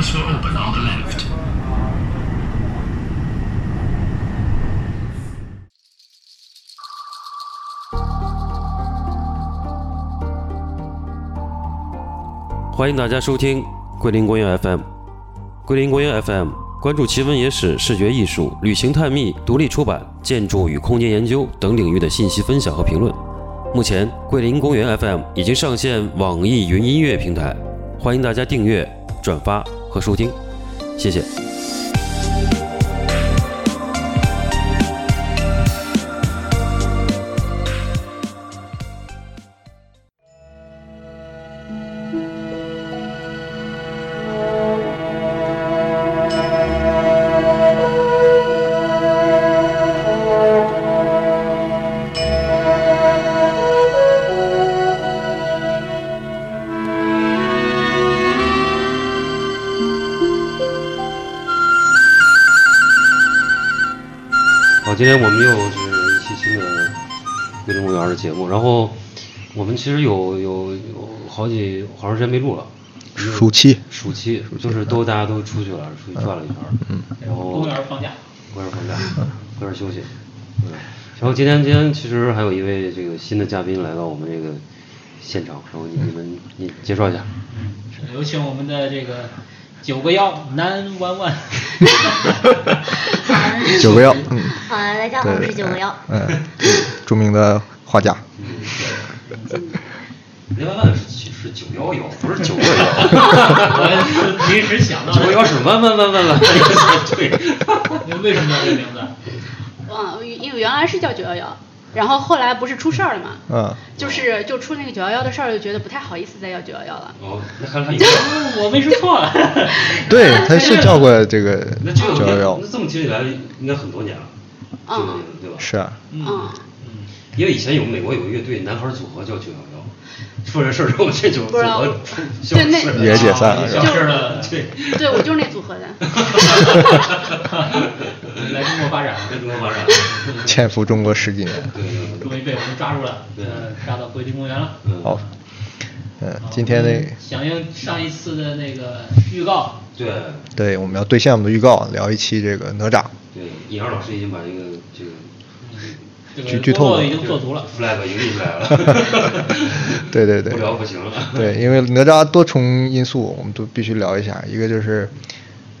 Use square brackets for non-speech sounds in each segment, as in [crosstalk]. on the left. 欢迎大家收听桂林公园 FM。桂林公园 FM 关注奇闻野史、视觉艺术、旅行探秘、独立出版、建筑与空间研究等领域的信息分享和评论。目前，桂林公园 FM 已经上线网易云音乐平台，欢迎大家订阅、转发和收听，谢谢。好，今天我们又是一期新的桂林公园的节目，然后我们其实有有有好几好长时间没录了，暑期暑期就是都大家都出去了，出去转了一圈儿，然后公园放假，公园放假，公园休息，嗯，然后今天今天其实还有一位这个新的嘉宾来到我们这个现场，然后你你们你介绍一下，有请我们的这个九个幺南弯弯，九个幺，嗯，啊，大家好，我对，是九个幺。嗯，著名的画家，林弯弯是是九幺幺，不是九二幺，我临时想到九的，幺是弯弯弯弯 [laughs] 弯，对。为什么叫这名字？嗯，因为原来是叫九幺幺，然后后来不是出事儿了嘛，嗯，就是就出那个九幺幺的事儿，就觉得不太好意思再要九幺幺了。哦，那还还 [laughs] 有，哦我没说错，对，他是叫过这个那这九幺个幺那，这么听起来应该很多年了，这嗯个对吧？是啊，嗯，因为以前有美国有个乐队男孩组合叫九幺幺，出了事儿之后这九组不知道合出消失对那了，啊也解散了，是消吧失了，对，对，我就是那组合的。来中国发展了，跟中国发展， [laughs] 潜伏中国十几年。对对对，终于被我们抓住了，呃，抓到桂林公园了。嗯，好，嗯，今天嗯呢，响应上一次的那个预告，对对，我们要兑现我们的预告，聊一期这个哪吒，对，尹二老师已经把这个这个这剧个剧透工作了已经做足了。 flag 已经立出来了， [laughs] [laughs] 对对对不聊不行了，对，因为哪吒多重因素，我们都必须聊一下。一个就是，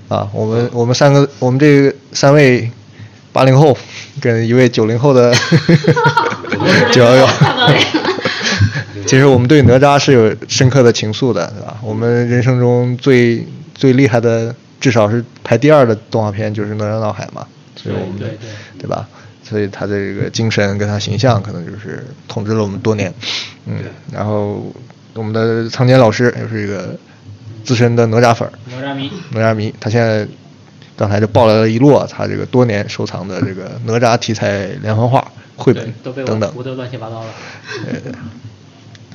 啊，我们我们三个，我们这三位八零后跟一位九零后的九幺幺， [laughs] 其实我们对哪吒是有深刻的情愫的，对吧？我们人生中最最厉害的，至少是排第二的动画片就是《哪吒闹海》嘛，所以我们对对对对吧？所以他的这个精神跟他形象，可能就是统治了我们多年。嗯对，然后我们的仓坚老师又是一个资深的哪吒粉儿，哪吒迷，哪吒迷，他现在刚才就爆来了一摞他这个多年收藏的这个哪吒题材连环画、绘对本都被等我等胡。得乱七八糟了。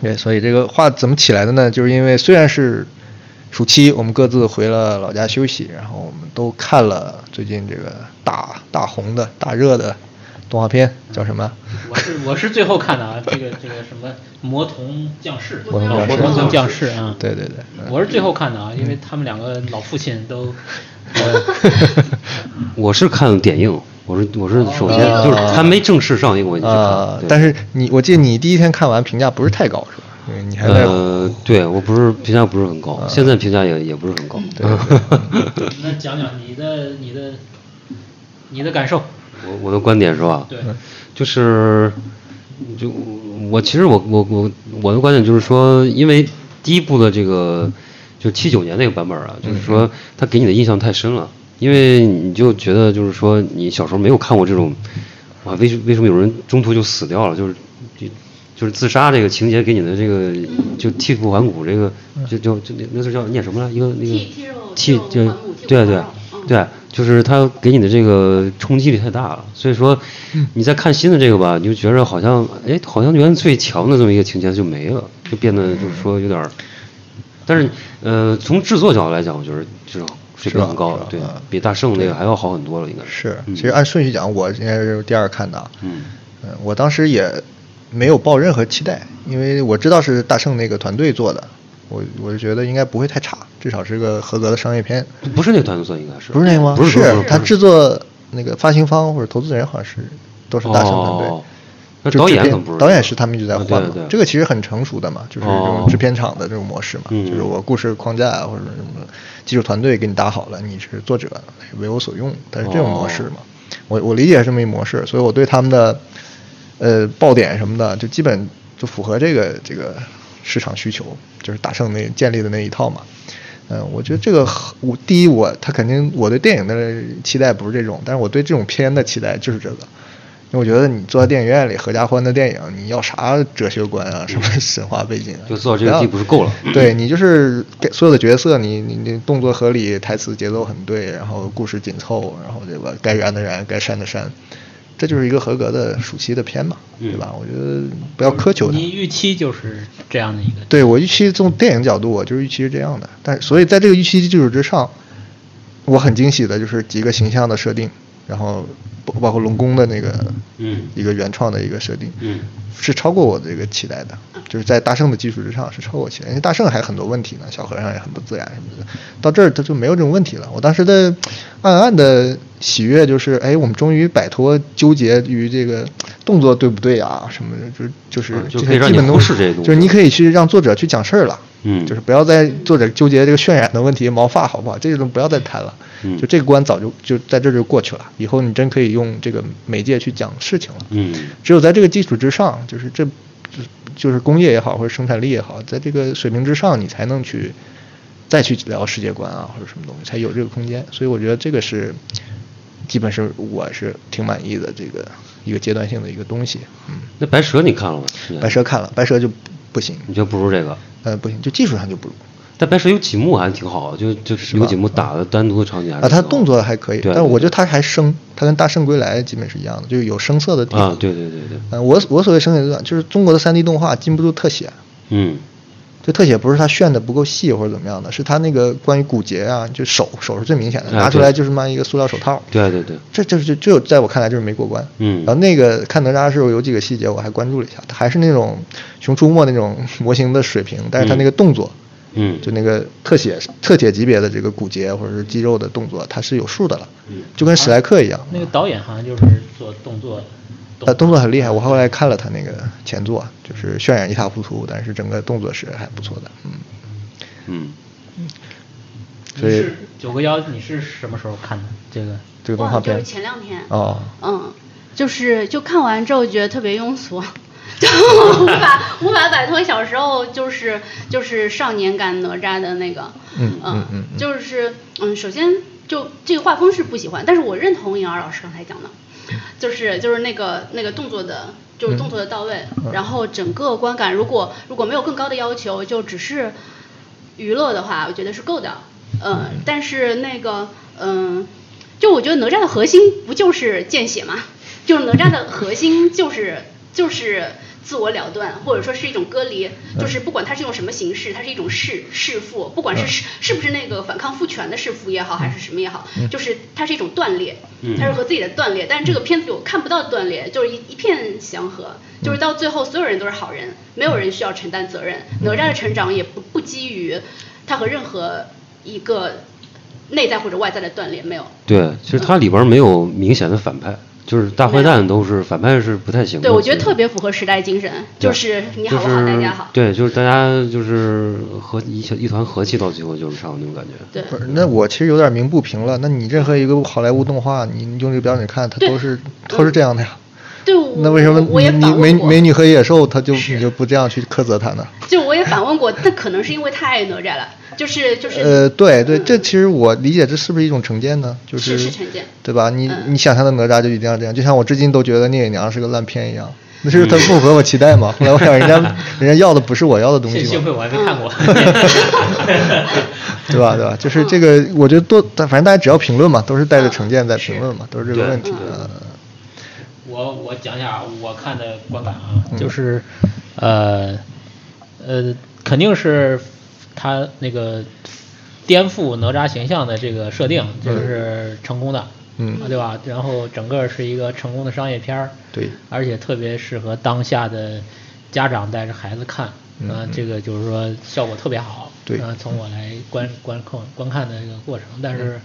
对，所以这个话怎么起来的呢？就是因为虽然是暑期，我们各自回了老家休息，然后我们都看了最近这个大大红的大热的动画片，叫什么？我是我是最后看 [laughs] 的啊，这个这个什么魔童降世，魔童哦降世魔童降世啊，对对对，嗯我是最后看的啊，因为他们两个老父亲 [laughs] 都，呃我是看点映，我是我是首先就是还没正式上映我就去看，哦啊、对但是你，我记得你第一天看完评价不是太高，是吧？因为你还在、嗯呃，对我不是评价不是很高，现在评价也也不是很高。对对 [laughs] 那讲讲你的你的你的感受，我我的观点是吧？嗯对，就是就我其实我我我我的观点就是说，因为第一部的这个就七九年那个版本啊，就是说嗯它给你的印象太深了，因为你就觉得就是说你小时候没有看过这种，哇，为什为什么有人中途就死掉了？就是就就是自杀这个情节给你的这个就剔骨还骨这个嗯就就就那那是叫念什么来？一个那个剔剔肉剔剔就肉还骨剔骨对还对肉嗯对，就是它给你的这个冲击力太大了，所以说嗯你再看新的这个吧，你就觉着好像哎，好像原来最强的这么一个情节就没了，就变得就是说有点儿。嗯但是呃，从制作角度来讲，我觉得就是水平很高，对比大圣那个还要好很多了，应该是，嗯其实按顺序讲，我应该是第二看的。嗯嗯，我当时也没有抱任何期待，因为我知道是大圣那个团队做的，我我是觉得应该不会太差，至少是个合格的商业片。不是那个团队色，应该是不是那个吗？不是不是不是是他制作那个发行方或者投资人好像是都是大成团队。哦那就导制演片可不是导演是他们一直在啊换对嘛，对这个其实很成熟的嘛，就是这哦种制片厂的这种模式嘛，嗯就是我故事框架啊或者什么技术团队给你搭好了，你是作者为我所用，但是这种模式嘛，哦我我理解是这么一模式，所以我对他们的呃爆点什么的，就基本就符合这个这个市场需求，就是大圣那建立的那一套嘛。嗯，我觉得这个很我第一我他肯定我对电影的期待不是这种，但是我对这种片的期待就是这个，因为我觉得你坐在电影院里合家欢的电影，你要啥哲学观啊，什么神话背景啊，嗯就做到这个不要地步就够了嗯对你就是给所有的角色，你你你动作合理，台词节奏很对，然后故事紧凑，然后对吧？该燃的燃，该删的删，这就是一个合格的暑期的片嘛，嗯对吧？我觉得不要苛求它。你预期就是这样的一个，对我预期从电影角度，我就是预期是这样的，但所以在这个预期基础之上，我很惊喜的就是几个形象的设定，然后包包括龙宫的那个嗯一个原创的一个设定，嗯啊是超过我这个期待的，就是在大圣的基础之上是超过我期待，因为大圣还有很多问题呢，小和尚也很不自然什么的，到这儿他就没有这种问题了。我当时的暗暗的喜悦就是，哎，我们终于摆脱纠结于这个动作对不对啊什么的，就是就是啊就这可以些让基你本忽都视这些东就是西你可以去让作者去讲事儿了，嗯就是不要再作者纠结这个渲染的问题、毛发好不好，这种不要再谈了，嗯就这个关早就就在这儿就过去了，以后你真可以用这个媒介去讲事情了，嗯只有在这个基础之上，就是这就就是工业也好或者生产力也好，在这个水平之上，你才能去再去聊世界观啊或者什么东西，才有这个空间，所以我觉得这个是基本是我是挺满意的这个一个阶段性的一个东西，嗯。那白蛇你看了吗？白蛇看了，白蛇就不不行，嗯你觉得不如这个？呃，不行，就技术上就不如。但白蛇有几幕还挺好，就就是有几幕打的单独的场景还是啊，他挺好动作还可以，对但是我觉得对他还生，他跟《大圣归来》基本是一样的，就是有生涩的地对啊方。，对对对对，嗯，我我所谓生涩的地方，就是中国的三 D 动画禁不住特写，嗯就特写不是他炫的不够细或者怎么样的，是他那个关于骨节啊，就手手是最明显的，啊拿出对来就是妈一个塑料手套。对对对这这就就在我看来就是没过关。嗯然后那个看哪吒的时候有几个细节我还关注了一下，它还是那种《熊出没》那种模型的水平，但是它那个动作，嗯就那个特写特写级别的这个骨节或者是肌肉的动作，它是有数的了，就跟史莱克一样。那个导演好像就是做动作，他动作很厉害，我后来看了他那个前作，就是渲染一塌糊涂，但是整个动作是还不错的，嗯。嗯，你所以是九个妖，你是什么时候看的这个？这个动忘画了就片是前两天。哦，嗯，就是就看完之后觉得特别 [laughs] 庸俗，就无法无法摆脱小时候就是就是少年感哪吒的那个，嗯嗯嗯嗯就是嗯，首先就这个画风是不喜欢，但是我认同颖儿老师刚才讲的，嗯就是就是那个那个动作的。就是动作的到位，嗯然后整个观感，如果如果没有更高的要求，就只是娱乐的话，我觉得是够的。嗯，但是那个，嗯，就我觉得哪吒的核心不就是见血吗？ [laughs] 就是哪吒的核心就是就是自我了断，或者说是一种隔离，就是不管它是用什么形式，它是一种弑弑父，不管是是是不是那个反抗父权的弑父也好，还是嗯什么也好，就是它是一种断裂，它是和自己的断裂。但是嗯这个片子我看不到断裂，就是一一片祥和，就是到最后所有人都是好人，没有人需要承担责任。嗯哪吒的成长也不不基于他和任何一个内在或者外在的断裂没有。对，其实它里边没有明显的反派，就是大坏蛋都是反派是不太行的。对，我觉得其实特别符合时代精神，对就是你就好，我好，大是家好。对，就是大家就是和一小一团和气，到最后就是差不多那种感觉。对不是，那我其实有点鸣不平了。那你任何一个好莱坞动画，你你用这个标准看，它都是都是这样的呀。对，我那为什么我也你反你问美过美女和野兽，它就你就不这样去苛责它呢？就我也反问过，那可能是因为太爱哪吒了，就是就是呃，对对，这其实我理解，这是不是一种成见呢？就是是是成见嗯对吧？你你想象的哪吒就一定要这样，就像我至今都觉得《聂隐娘》是个烂片一样，那嗯是它不符合我期待嘛。后来我想，人家 [laughs] 人家要的不是我要的东西幸嘛。 [laughs] 幸亏我还没看过。 [laughs] 对吧？对吧？就是这个，我觉得多，但反正大家只要评论嘛，都是带着嗯成见在评论嘛，都是这个问题。嗯我我讲一下啊我看的观感啊，嗯就是，呃，呃，肯定是他那个颠覆哪吒形象的这个设定，就是成功的，嗯对吧？然后整个是一个成功的商业片儿，对而且特别适合当下的家长带着孩子看，啊，这个就是说效果特别好。嗯对啊，从我来观观控观看的这个过程，但是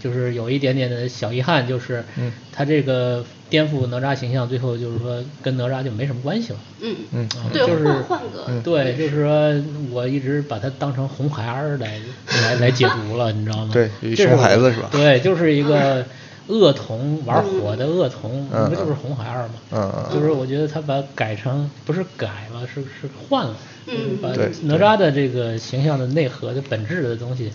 就是有一点点的小遗憾，就是嗯他这个颠覆哪吒形象，最后就是说跟哪吒就没什么关系了。嗯，嗯啊对，就是换换个，对，就是说我一直把它当成红孩儿来来来解读了，你知道吗？对嗯这熊我孩子是吧对，就是一个恶童玩火的恶童，嗯不就是红孩儿吗？嗯嗯就是我觉得他把改成不是改了，是是换了，嗯把对哪吒的这个形象的内核的本质的东西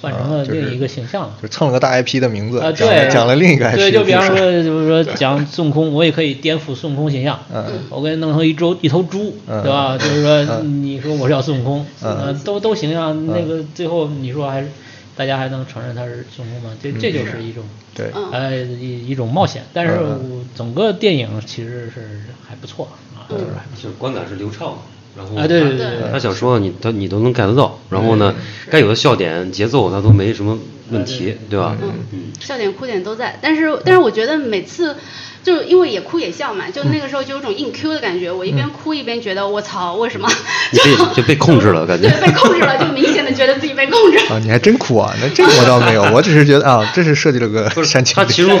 换成啊了另一个形象了。就蹭了个大 IP 的名字，啊，讲了对，讲了另一个 IP 对，的就比故方事说，就是说讲孙悟空，我也可以颠覆孙悟空形象，嗯我给你弄成一周一头猪，嗯对吧？就是说，你说我是要孙悟空，嗯呃都都形象，那个最后你说还是大家还能承认他是孙悟空吗？这这就是一种。嗯对嗯呃，一一种冒险，但是嗯我整个电影其实是还不错啊，就是还不错就是观感是流畅的，然嗯后啊对对对对他想说的你他你都能 get 到，然后呢，该有的笑点、节奏他都没什么问题，对吧？嗯，笑点哭点都在，但是但是我觉得每次就因为也哭也笑嘛，就那个时候就有种硬 Q 的感觉，我一边哭一边觉得我操，为什么你被 [laughs] 就被控制了， [laughs] 感觉对被控制 [laughs] 了，就明显的觉得自己被控制了。啊，你还真哭啊？那这个我倒没有，我只是觉得啊，这是设计了个不是煽情他点。其中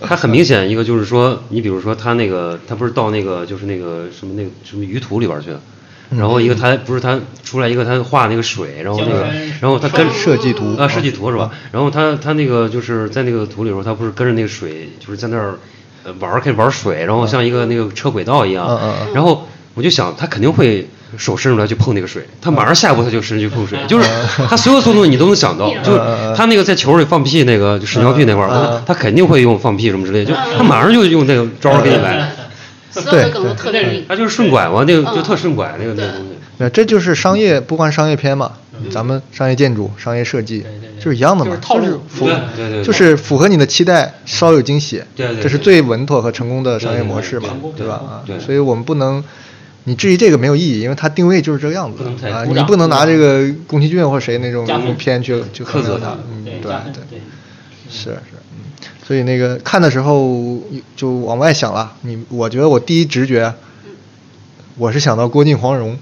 他很明显一个就是说，你比如说他那个他不是到那个就是那个什么那个什么鱼图里边去了。嗯然后一个他不是他出来一个他画那个水，然后那个江山，然后他跟设计图嗯啊设计图是吧？然后他他那个就是在那个图里头，他不是跟着那个水，就是在那儿呃玩儿，开始玩水，然后像一个那个车轨道一样嗯嗯嗯。然后我就想，他肯定会手伸出来去碰那个水，他马上下一步他就伸去碰水，[laughs] 嗯就是他所有动作你都能想到，就是他那个在球里放屁那个就屎尿屁那块儿，嗯他他肯定会用放屁什么之类的，就他马上就用那个招儿给你嗯来，所有的梗都特别硬。他就是顺拐嘛，那个就特顺拐那个那个东西。那这就是商业，不光商业片嘛，咱们商业建筑、商业设计对对就是一样的就嘛，是套路就是符对对对对就是符合你的期待，稍有惊喜，对对对这是最稳妥和成功的商业对对模对式嘛成功，对吧？成功啊对，所以我们不能。你质疑这个没有意义，因为它定位就是这个样子不能太啊！鼓你掌不能拿这个宫崎骏或者谁那种加分片去去衡量苛责它它，嗯，对加分对。是是，嗯，所以那个看的时候就往外想了。你，我觉得我第一直觉，我是想到郭靖、黄蓉、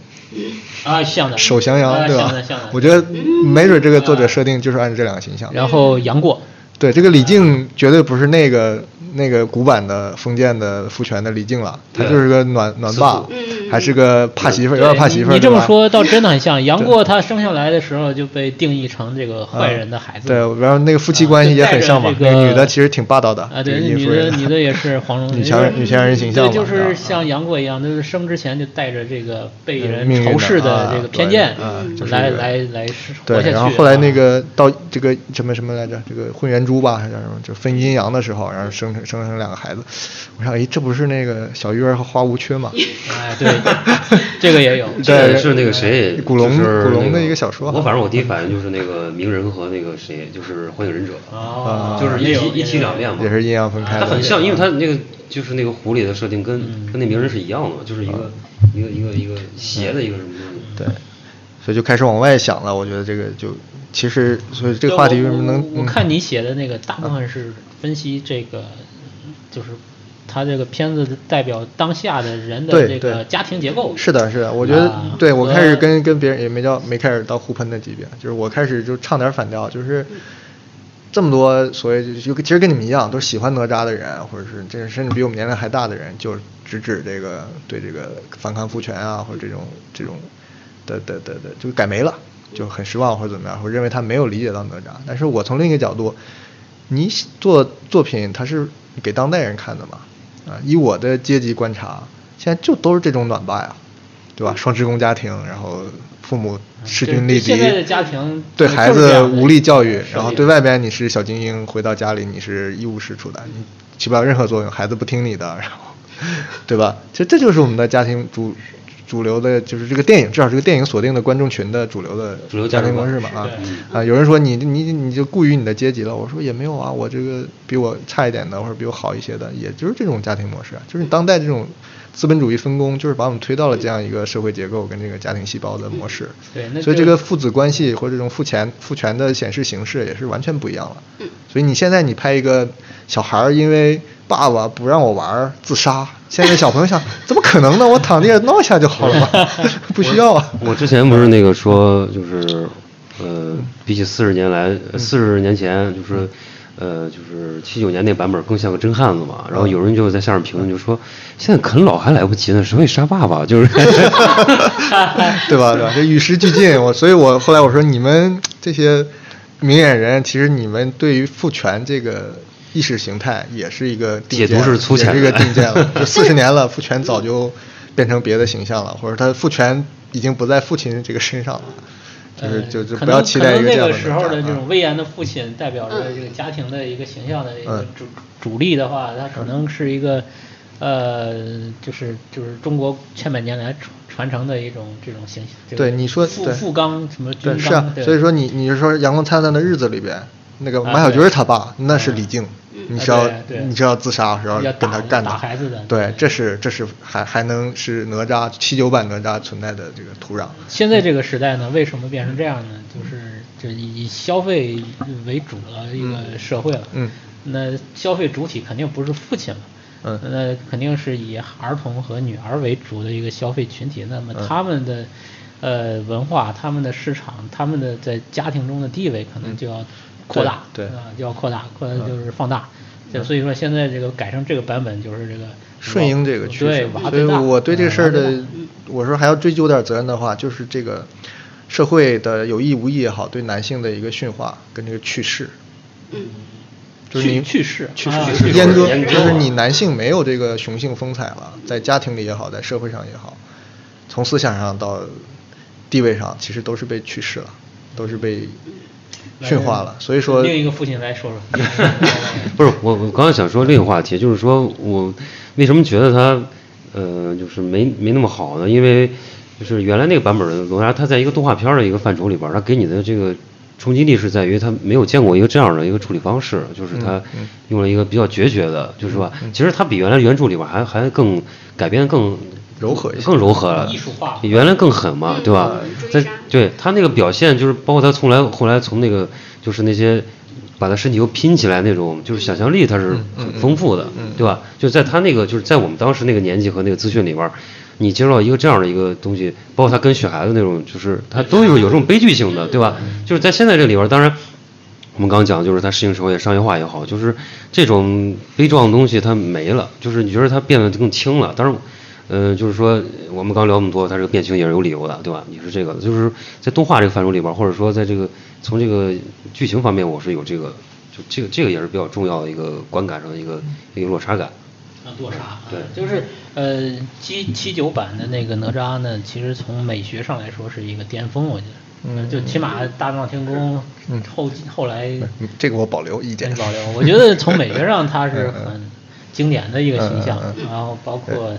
啊，像的守降啊阳，对像吧的像的？嗯我觉得没准这个作者设定就是按这两个形象。然后杨过，对，这个李靖绝对不是那个那个古板的封建的父权的李靖了，他对就是个暖暖爸嗯嗯，嗯还是个怕媳妇儿，有对点怕媳妇儿。你你这对么吧说倒真的很 [laughs] 像杨过，他生下来的时候就被定义成这个坏人的孩子。对，然后那个夫妻关系也很像嘛啊。就带那着这个女的其实挺霸道的，啊，对，就是那殷女夫人的 [laughs] 女的也是黄蓉，女强人女强人形象嘛对，就这样是像杨过一样，就是生之前就带着这个被人嗯命运的仇视的啊这个偏见对啊就，是来这个来来是活对下，去。啊然后后来那个到这个什么什么来着，这个混元珠吧，还是叫什么，就分阴阳的时候，然后生成生成两个孩子。我想，哎，这不是那个小鱼儿和花无缺吗？哎，对， [laughs] 这个 [laughs] 也有，这个是那个谁，古龙就是古龙那的一个小说我反正我第一反应就是那个鸣人和那个谁，就是火影忍者，哦，就是也一有体一体两面嘛，啊也是阴阳分开它的啊很。像，因为它那个就是那个狐狸的设定跟跟那鸣人是一样的嘛，就是一个一个一个一个斜的一个什么东西。啊对，所以就开始往外想了。我觉得这个就其实，所以这个话题为什么能嗯我我我看你写的那个大部分是分析这个，就是他这个片子代表当下的人的对这个对家庭结构。是的，是的，我觉得啊对我和开始跟跟别人也没到没开始到互喷的级别，就是我开始就唱点反调，就是这么多所谓就就其实跟你们一样，都是喜欢哪吒的人，或者是这甚至比我们年龄还大的人，就直指这个对这个反抗父权啊，或者这种这种的的的的，就改没了，就很失望或者怎么样，或者认为他没有理解到哪吒。但是我从另一个角度，你做作品它是给当代人看的嘛，啊，以我的阶级观察，现在就都是这种暖爸呀，对吧？双职工家庭，然后父母势均力敌，嗯对现在的家庭对就是孩这子样的无力教育，是然后对外边你是小精英，回到家里你是一无是处的，你起不了任何作用，孩子不听你的，然后，对吧？其实这就是我们的家庭主主流的，就是这个电影，至少这个电影锁定的观众群的主流的主流家价值庭模观式嘛啊啊！有人说你你你就顾于你的阶级了，我说也没有啊，我这个比我差一点的或者比我好一些的，也就是这种家庭模式啊，就是当代这种资本主义分工，就是把我们推到了这样一个社会结构跟这个家庭细胞的模式。对那所以就这个父子关系或者这种父权父权的显示形式也是完全不一样了。嗯所以你现在你拍一个小孩儿因为爸爸不让我玩儿自杀，现在小朋友想，怎么可能呢？我躺地上闹一下就好了 [laughs] 嘛，不需要 [laughs] 啊。我之前不是那个说，就是呃，比起四十年来，呃四十年前就是。呃，就是七九年那版本更像个真汉子嘛，然后有人就在下面评论就说，现在啃老还来不及呢，谁会杀爸爸？就是 [laughs] 对吧？对吧？这与时俱进，我所以，我后来我说你们这些明眼人，其实你们对于父权这个意识形态也是一个定解读见是粗浅也是一的个定见 [laughs] 了。四十年了，父权早就变成别的形象了，或者他父权已经不在父亲这个身上了，就是就就可不要能期可待一能个这那样个的时候的能这量种啊威严的父亲，代表着这个家庭的一个形象的一个嗯主主力的话，他可能是一个呃，就是就是中国千百年来传传承的一种这种形象。这个对你说富对富纲什么军对纲？是啊，对所以说你你是说《阳光灿烂的日子》里边那个啊马小军对儿他爸，那是李靖，你是啊要对对你是要自杀，是要要跟他打干的，打孩子的对，这是这是还还能是哪吒七九版哪吒存在的这个土壤，现在这个时代呢，为什么变成这样呢？就是就以消费为主的一个社会了。嗯那消费主体肯定不是父亲了。嗯那肯定是以儿童和女儿为主的一个消费群体。那么嗯他们的、呃文化、他们的市场、他们的在家庭中的地位，可能就要扩大，嗯对对嗯啊、就要扩大，扩大就是放大。就所以说，现在这个改成这个版本，就是这个顺应这个趋对势。娃所以最大。我对这个事儿的嗯，我说还要追究点责任的话，就是这个社会的有意无意也好，对男性的一个驯化跟这个去势，嗯，就是你去去世去啊世去世阉割，阉割就是你男性没有这个雄性风采了，在家庭里也好，在社会上也好，从思想上到地位上，其实都是被去世了，都是被驯化了。所以说，另一个父亲来 [laughs] 说说。 [laughs] 不是我，我刚刚想说另一个话题，就是说我为什么觉得他呃，就是没没那么好呢？因为就是原来那个版本的哪吒，他在一个动画片儿的一个范畴里边儿，他给你的这个冲击力是在于他没有见过一个这样的一个处理方式，就是他嗯用了一个比较决绝的，就是说，其实他比原来原著里边儿还还更改编得更柔和一些更柔和了，艺术化比原来更狠嘛，嗯对吧嗯？追在杀对他那个表现，就是包括他从来后来从那个就是那些把他身体又拼起来那种，就是想象力他是很丰富的，对吧？就在他那个就是在我们当时那个年纪和那个资讯里边儿，你接触到一个这样的一个东西，包括他跟雪孩子那种，就是他都是有这种悲剧性的，对吧？就是在现在这里边儿，当然。我们刚讲就是它适应社会、商业化也好，就是这种悲壮的东西它没了，就是你觉得它变得更轻了。当然，呃，就是说我们刚聊那么多，它这个变轻也是有理由的，对吧？也是这个，就是在动画这个范畴里边儿，或者说在这个从这个剧情方面，我是有这个，就这个这个也是比较重要的一个观感上的一个一个落差感。啊，多杀啊，对就是呃七七九版的那个哪吒呢，其实从美学上来说是一个巅峰，我觉得，嗯，就起码大闹天宫后后来嗯这个我保留意见真。保留，我觉得从美学上它是很经典的一个形象嗯嗯，然后包括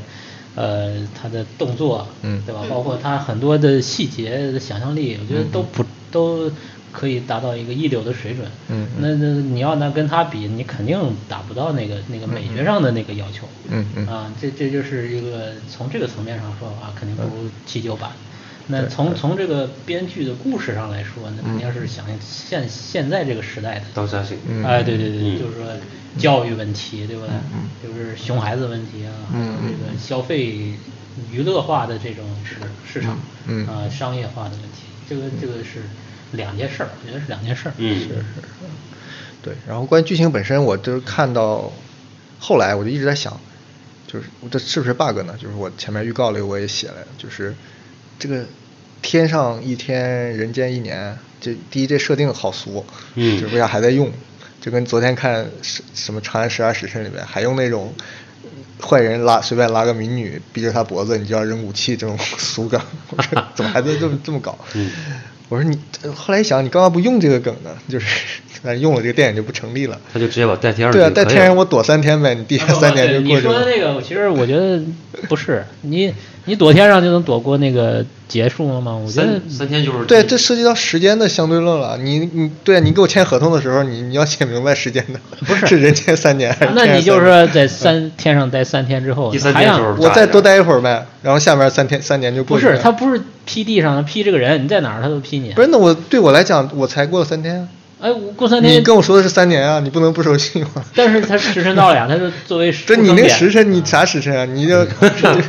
呃他的动作，嗯对吧？包括他很多的细节的想象力，我觉得都不都可以达到一个一流的水准。嗯那那你要拿跟他比，你肯定达不到那个那个美学上的那个要求。嗯嗯啊，这这就是一个从这个层面上说的话，肯定不嗯如七九版。那从从这个编剧的故事上来说，那嗯肯定是想现现在这个时代的当下性，哎，对对嗯对，就是说教育问题，对不对？就是熊孩子问题啊，还嗯有这个消费娱乐化的这种市市场，嗯啊、商业化的问题，这个这个是两件事儿，我觉得是两件事儿。嗯，对，然后关于剧情本身，我就是看到后来我就一直在想，就是这是不是 bug 呢？就是我前面预告里我也写了，就是这个天上一天，人间一年，这第一这设定好俗，嗯就是为啥还在用？就跟昨天看什什么《长安十二时辰》里面还用那种。坏人拉随便拉个民女，逼着她脖子，你就要扔武器，这种 [laughs] 俗梗，我说怎么还在这么这么搞？我说你呃后来一想，你刚刚不用这个梗呢？就是但是用了这个电影就不成立了。他就直接把代替二对啊，就带可以天然了我躲三天呗，你第啊三三年就不不过对你去说的了。那个，其实我觉得不是，你你躲天上就能躲过那个结束了吗？我觉得三三天就是对，这涉及到时间的相对论了。你你对啊，你给我签合同的时候，你你要写明白时间的，不是人间三年还是那天你上就三是年说在三天上待三天之后，第三还天的想时候我再多待一会儿呗，然后下面三天三年就不过去了。是他不是批地上他批这个人，你在哪儿他都批你。不是那我对我来讲，我才过了三天啊，哎，我顾三你天，跟我说的是三年啊，你不能不收信吗？ [laughs] 但是他时辰到了呀，他是作为这你那个时时辰，你啥时辰啊？你就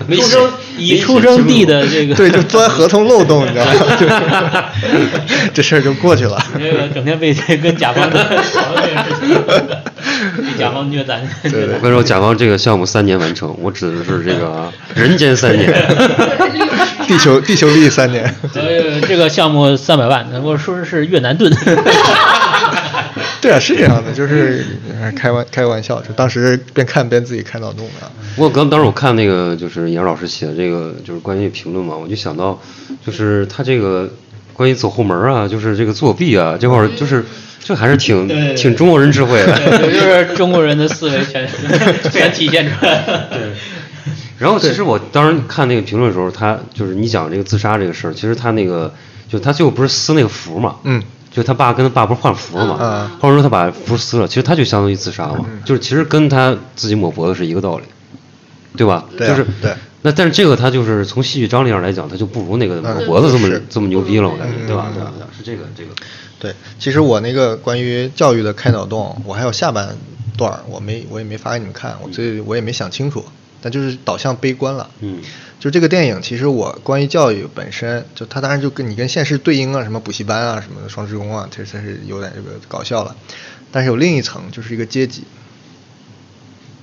没出写生以没啊出写生清地楚的这个 [laughs] 对，就钻合同漏洞，你知道吗？ [laughs] 就这事儿就过去了。你 [laughs] 这个整天被跟 [laughs] 甲方的讨论这个事情，甲方虐 [laughs] 待。对对我跟你说，甲方这个项目三年完成，我指的是这个啊人间三年。地球地球历三年，呃，这个项目三百万，我说是越 [laughs] 南盾。对啊，是这样的， [laughs] 就是哎开玩开玩笑，就当时边看边自己开脑洞的啊。不过刚当时我看那个就是杨老师写的这个就是关于评论嘛，我就想到就是他这个关于走后门啊，就是这个作弊啊，这块儿就是这还是挺对对对挺中国人智慧对， [laughs] 的。这就是中国人的思维 [laughs] 全全体现出来了。 [laughs] 然后其实我当时看那个评论的时候，他就是你讲这个自杀这个事儿，其实他那个就他最后不是撕那个符嘛，嗯，就他爸跟他爸不是换符了嘛，嗯或者说他把符撕了，其实他就相当于自杀嘛，就是其实跟他自己抹脖子是一个道理，对吧？对啊就是对那但是这个他就是从戏剧张力上来讲，他就不如那个嗯抹脖子这么、这么牛逼了，我感觉，对吧？对吧？对吧是这个这个，对，其实我那个关于教育的开脑洞，我还有下半段儿，我没我也没发给你们看，我所以我也没想清楚，但就是导向悲观了。嗯，就这个电影，其实我关于教育本身，就它当然就跟你跟现实对应啊，什么补习班啊，什么双职工啊，其实它是有点这个搞笑了。但是有另一层，就是一个阶级，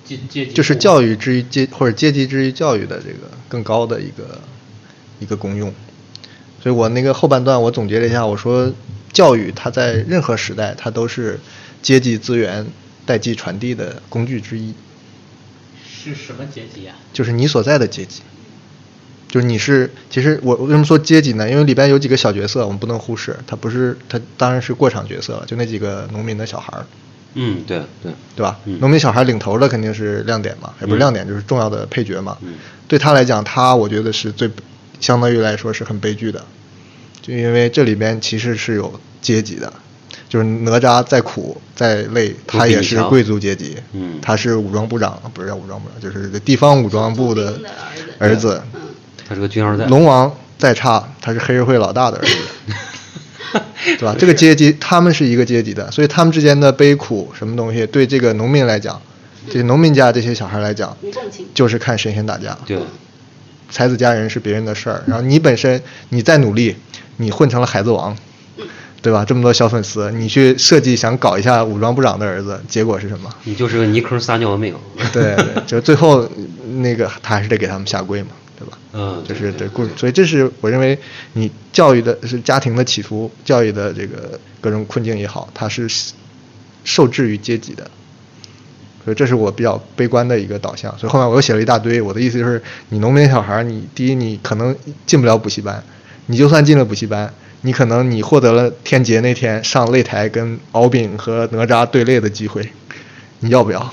阶阶级就是教育之于阶或者阶级之于教育的这个更高的一个一个功用。所以我那个后半段我总结了一下，我说教育它在任何时代它都是阶级资源代际传递的工具之一，是什么阶级啊？就是你所在的阶级。就是你是，其实我为什么说阶级呢？因为里边有几个小角色，我们不能忽视。他不是，他当然是过场角色了，就那几个农民的小孩儿。嗯，对对对吧？嗯农民小孩领头的肯定是亮点嘛，也不是嗯亮点，就是重要的配角嘛。嗯对他来讲，他我觉得是最相当于来说是很悲剧的，就因为这里边其实是有阶级的，就是哪吒再苦再累，都他比也你是强贵族阶级，嗯他是武装部长，不是武装部长，就是地方武装部的总兵的儿儿子。嗯他是个军二代，龙王再差，他是黑社会老大的 [laughs] 儿子，对吧？这个阶级，他们是一个阶级的，所以他们之间的悲苦什么东西，对这个农民来讲，对农民家这些小孩来讲，无共情就是看神仙打架。对，才子佳人是别人的事儿，然后你本身你再努力，你混成了海贼王，嗯对吧？这么多小粉丝，你去设计想搞一下武装部长的儿子，结果是什么？你就是个泥坑撒尿的命， [laughs] 对，对就最后那个他还是得给他们下跪嘛，对吧？嗯就对是对故事，所以这是我认为你教育的是家庭的起伏，教育的这个各种困境也好，它是受制于阶级的，所以这是我比较悲观的一个导向。所以后面我又写了一大堆，我的意思就是，你农民小孩儿，你第一你可能进不了补习班，你就算进了补习班。你可能你获得了天劫那天上擂台跟敖丙和哪吒对擂的机会，你要不要？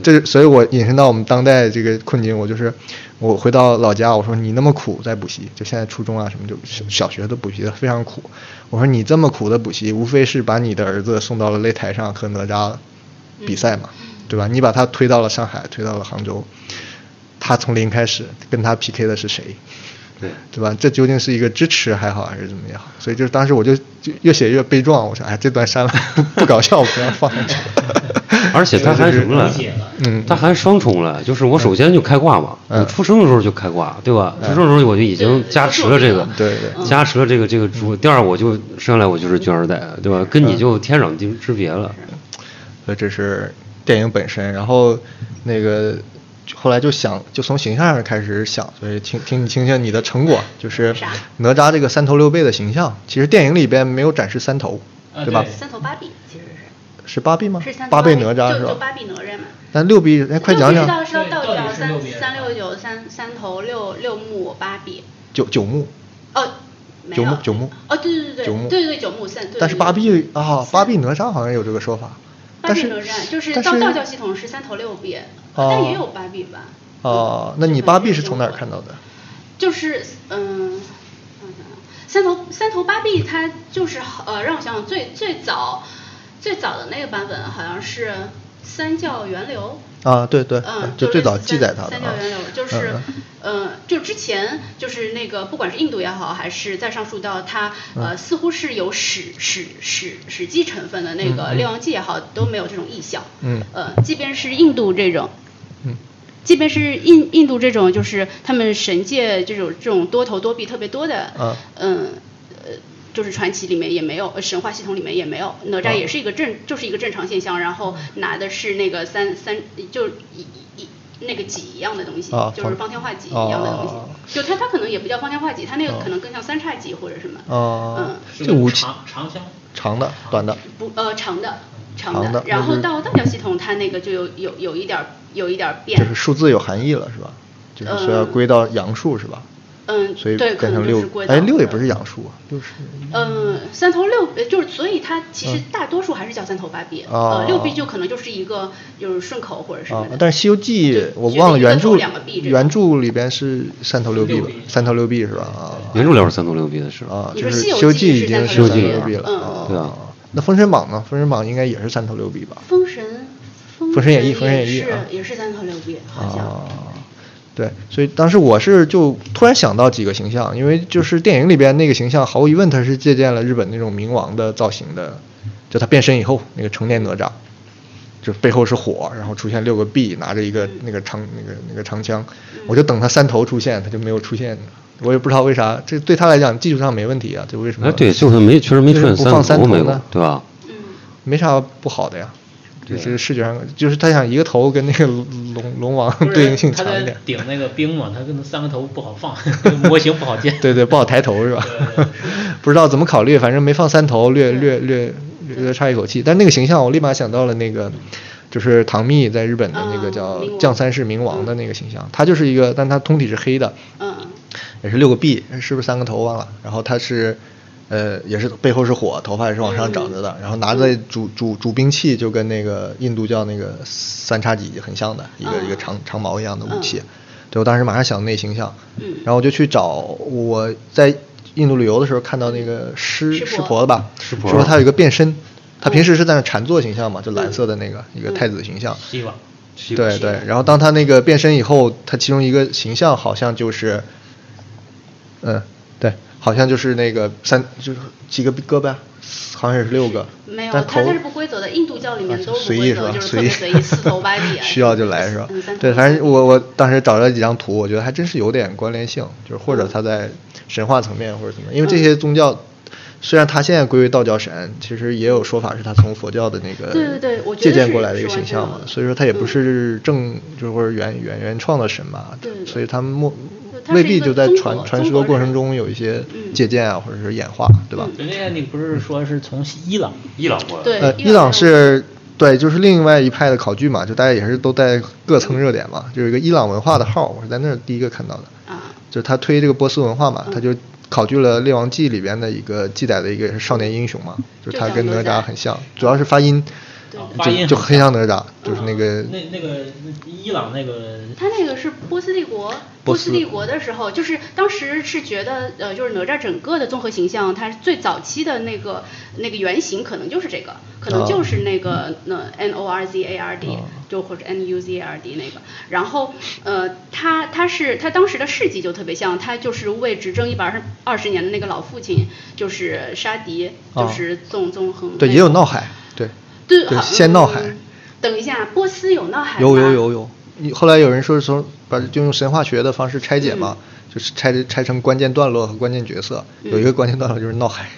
这是所以，我引申到我们当代这个困境，我就是我回到老家，我说你那么苦在补习，就现在初中啊什么就小小学都补习的非常苦，我说你这么苦的补习，无非是把你的儿子送到了擂台上和哪吒比赛嘛，对吧？你把他推到了上海，推到了杭州，他从零开始跟他 PK 的是谁？对对吧？这究竟是一个支持还好，还是怎么样？所以就是当时我就就越写越悲壮，我说哎，这段删了，不不搞笑，我不要放。而且他还什么了理解了？嗯他还双重了，就是我首先就开挂嘛，嗯我出生的时候就开挂，对吧？出生的时候我就已经加持了这个，对嗯对加持了这个这个主。第二，我就生下来我就是军二代，对吧？跟你就天壤之之别了。嗯所以这是电影本身。然后那个后来就想，就从形象上开始想，所以听听你听听你的成果，就是啥哪吒这个三头六臂的形象，其实电影里边没有展示三头，啊吧？对三头八臂其实是是八臂吗？是三头八臂臂哪吒就是就吧？八臂哪吒嘛。但六臂，哎，快讲六臂讲是道是道对道到教底是六臂三是吧三六九三三头六六目八臂，九九目，哦，没九有目九目哦，对对对对，九目对对对九目三，对但是对八对臂啊，八臂哪吒好像有这个说法，八但臂是哪吒就是但道是道教系统是三头六臂，哦但也有八臂吧？哦，那你八臂是从哪儿看到的？就是嗯，我想想啊三头三头八臂，它就是呃，让我想想，最最早最早的那个版本好像是三教源流。啊，对对，嗯，就最早记载他的三啊教源流，就是嗯，呃，就之前就是那个，不管是印度也好，还是再上述到它，呃，嗯似乎是有史史史史记成分的那个《列王纪》也好，都没有这种意象。嗯呃，即便是印度这种，嗯，即便是印印度这种，就是他们神界这种这种多头多臂特别多的，嗯嗯呃，就是传奇里面也没有，呃神话系统里面也没有，哪吒也是一个正，就是一个正常现象，然后拿的是那个三三，就一一一那个戟一样的东西，啊就是方方天画戟一样的东西，哦就它它可能也不叫方天画戟，它那啊个可能更像三叉戟或者什么，哦嗯，是这个武器长长枪，长的、短的，不呃长的长长的嗯然那后就是到道教系统它那个就有有有一点儿有一点儿变就，是数字有含义了，是吧？就是说要嗯归到阳数，是吧？嗯，所以对，可变成能就六是归，到哎，六也不是阳数啊，六是嗯，三头六呃就是，所以它其实大多数还是叫三头八臂，嗯哦呃，六臂就可能就是一个就是顺口或者什啊么的。，但是《西游记就》我决定忘了一个原头著两个臂这原种著里边是三头六臂吧六臂？三头六臂是吧？啊原著里边三头六臂的是吧？啊，你就说是西《游西游记记》是已经三是头三头六臂六的臂了嗯啊。对啊啊那《封神榜》呢？《封神榜》应该也是三头六臂吧？封神，封封神演义封神也演义是啊也是三头六臂，好像。啊，对，所以当时我是就突然想到几个形象，因为就是电影里边那个形象，毫无疑问它是借鉴了日本那种冥王的造型的，就他变身以后那个成年哪吒，就是背后是火，然后出现六个臂，拿着一个那个长那个那个长枪，嗯我就等他三头出现，他就没有出现，我也不知道为啥，这对他来讲技术上没问题啊，就为什么哎，对，就是没确实没出现为什么不放三三头没有呢，对吧？嗯，没啥不好的呀。就对是视觉上，就是他想一个头跟那个龙龙王不 [laughs] 是对应性他强在一点，顶那个兵嘛，他跟那三个头不好 [laughs] 放，模型不好建。对对，不好抬头是吧对对？ [laughs] 不知道怎么考虑，反正没放三头，略略略略略差一口气。但那个形象，我立马想到了那个，就是唐蜜在日本的那个嗯叫冥王降三世冥王的那个形象，他就是一个，但他通体是黑的，嗯，也是六个臂，是不是三个头忘了？然后他是，呃，也是背后是火，头发也是往上长着嗯的，然后拿着主主主兵器，就跟那个印度教那个三叉戟很像的一个、嗯一个长长矛一样的武器嗯。对我当时马上想到那形象，嗯然后我就去找我在印度旅游的时候看到那个湿湿婆嗯湿婆的吧，湿湿婆婆他有一个变身，他平时是在那禅坐形象嘛，就蓝色的那个、一个太子形象，西吧，对对，然后当他那个变身以后，他其中一个形象好像就是，嗯，对，好像就是那个三就是几个胳膊啊，好像也是六个，没有，但它头它是不规则的，印度教里面都是不随意规是则，吧？就是特随别意随意，四头八臂 [laughs] 啊。需要就来是吧嗯三？头对，八反臂正我我当时找了几张图，我觉得还真是有点关联性，就是或者嗯他在神话层面或者怎么样，因为这些宗教。虽然他现在归为道教神，其实也有说法是他从佛教的那个对对对我觉借得鉴是过来的一是个完形全象有嘛的，所以说他也不嗯是正就是或者原原原创的神嘛，对对对所以他们莫对它是未一必个就在综传合传综说合过的程中有一些嗯借鉴啊，或者是演化，对吧？嗯人家那个不是说是从伊朗伊朗过来，对呃，伊朗是对，就是另外一派的考据嘛，就大家也是都在各蹭热点嘛，就有一个伊朗文化的号，我是在那儿第一个看到的，啊，就是他推这个波斯文化嘛，他就考据了《列王纪》里边的一个记载的一个少年英雄嘛，就是就他叫跟哪哪吒吒很像，主要是发哦音，对啊啊的发就音就很很像哪吒，就是那个啊那那个伊朗那个他那个是波斯帝国，波斯帝国的时候，就是当时是觉得，呃，就是哪吒整个的综合形象，它最早期的那个那个原型可能就是这个，可能就是那哦个那、N O R Z A R D，、就或者 N U Z A R D 那个。然后，呃，他他是他当时的事迹就特别像，他就是为执政一百二二十年的那个老父亲，就是杀敌，啊就是纵纵横那种。对，也有闹海，对，对，对好先闹海嗯等一下，波斯有闹海有有吗有有。你后来有人说是从把就用神话学的方式拆解嗯嘛，就是拆拆成关键段落和关键角色，有一嗯个关键段落就是闹海，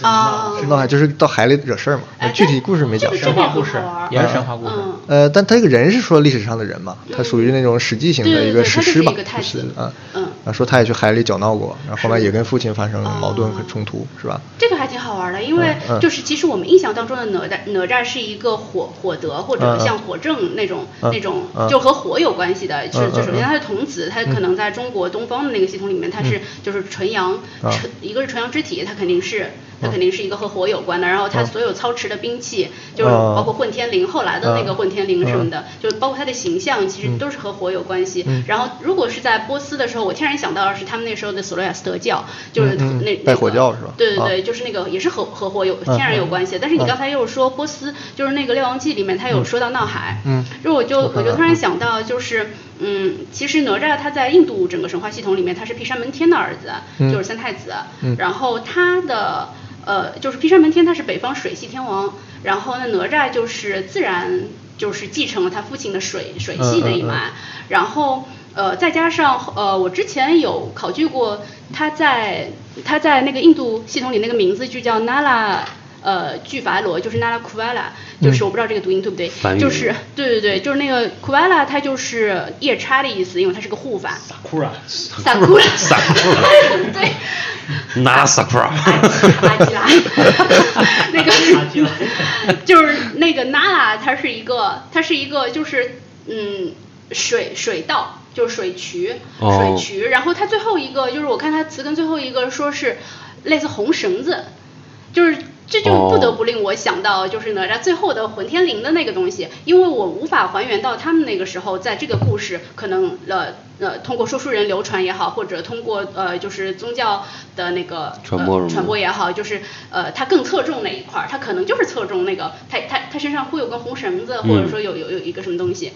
啊，闹海就是到海里惹事儿嘛，哎具体故事没这讲个。神话故事这个很好玩儿也是神话故事，嗯呃，但他这个人是说历史上的人嘛，他属于那种史记型对的对一个对史他就是诗吧，一个太就是子啊，嗯哦啊，说他也去海里搅闹过，然后后来也跟父亲发生了矛盾和冲突，是吧？这个还挺好玩的，因为嗯嗯就是其实我们印象当中的哪吒，哪吒是一个火火德或者嗯嗯像火正那种、嗯那种，嗯就和火有关系的。就就首嗯先他是童子，他可能在嗯中国东方的那个系统里面，他是就是纯阳，纯一个是纯阳之体，他肯定是它肯定是一个和火有关的。然后它所有操持的兵器，就是啊包括混天绫，后来的嗯那个混天绫什么的啊，就是包括它的形象，其实都是和火有关系嗯。然后如果是在波斯的时候，我天然想到的是他们那时候的索罗亚斯德教，就是嗯嗯那拜火教是吧对对啊对，就是那个也是和和火有天然有关系。但是你啊刚才又说波斯，就是那个《列王纪》里面它有说到闹海，嗯就是我就我看我就到突然想到，就是嗯，其实哪吒他在印度整个神话系统里面，他是毗沙门天的儿子，嗯就是三太子。嗯然后他的呃，就是毗沙门天他是北方水系天王，然后呢哪吒就是自然就是继承了他父亲的水水系那一嗯嗯嗯脉，然后呃，再加上呃，我之前有考据过，他在他在那个印度系统里那个名字就叫 Nala。呃，巨伐罗就是 Nala Kuvala，就是我不知道这个读音对不对，嗯梵语就是对对对，就是那个 Kuvala，它就是夜叉的意思，因为它是个护 [laughs] 法。打哭啊！萨库拉，萨库拉 [laughs] 对，拿 [laughs] sakura，阿基拉， [laughs] 那个阿基拉就是那个 Nala，它是一个，它是一个就是嗯水水道，就是水渠，哦水渠。然后它最后一个就是我看它词根最后一个说是类似红绳子，就是。这就不得哦不令我想到，就是哪吒最后的混天绫的那个东西，因为我无法还原到他们那个时候，在这个故事可能呃呃通过说书人流传也好，或者通过呃就是宗教的那个传播呃、什么传的播也好，就是呃，他更侧重那一块儿，他可能就是侧重那个，他他他身上会有根红绳子，嗯或者说有有有一个什么东西，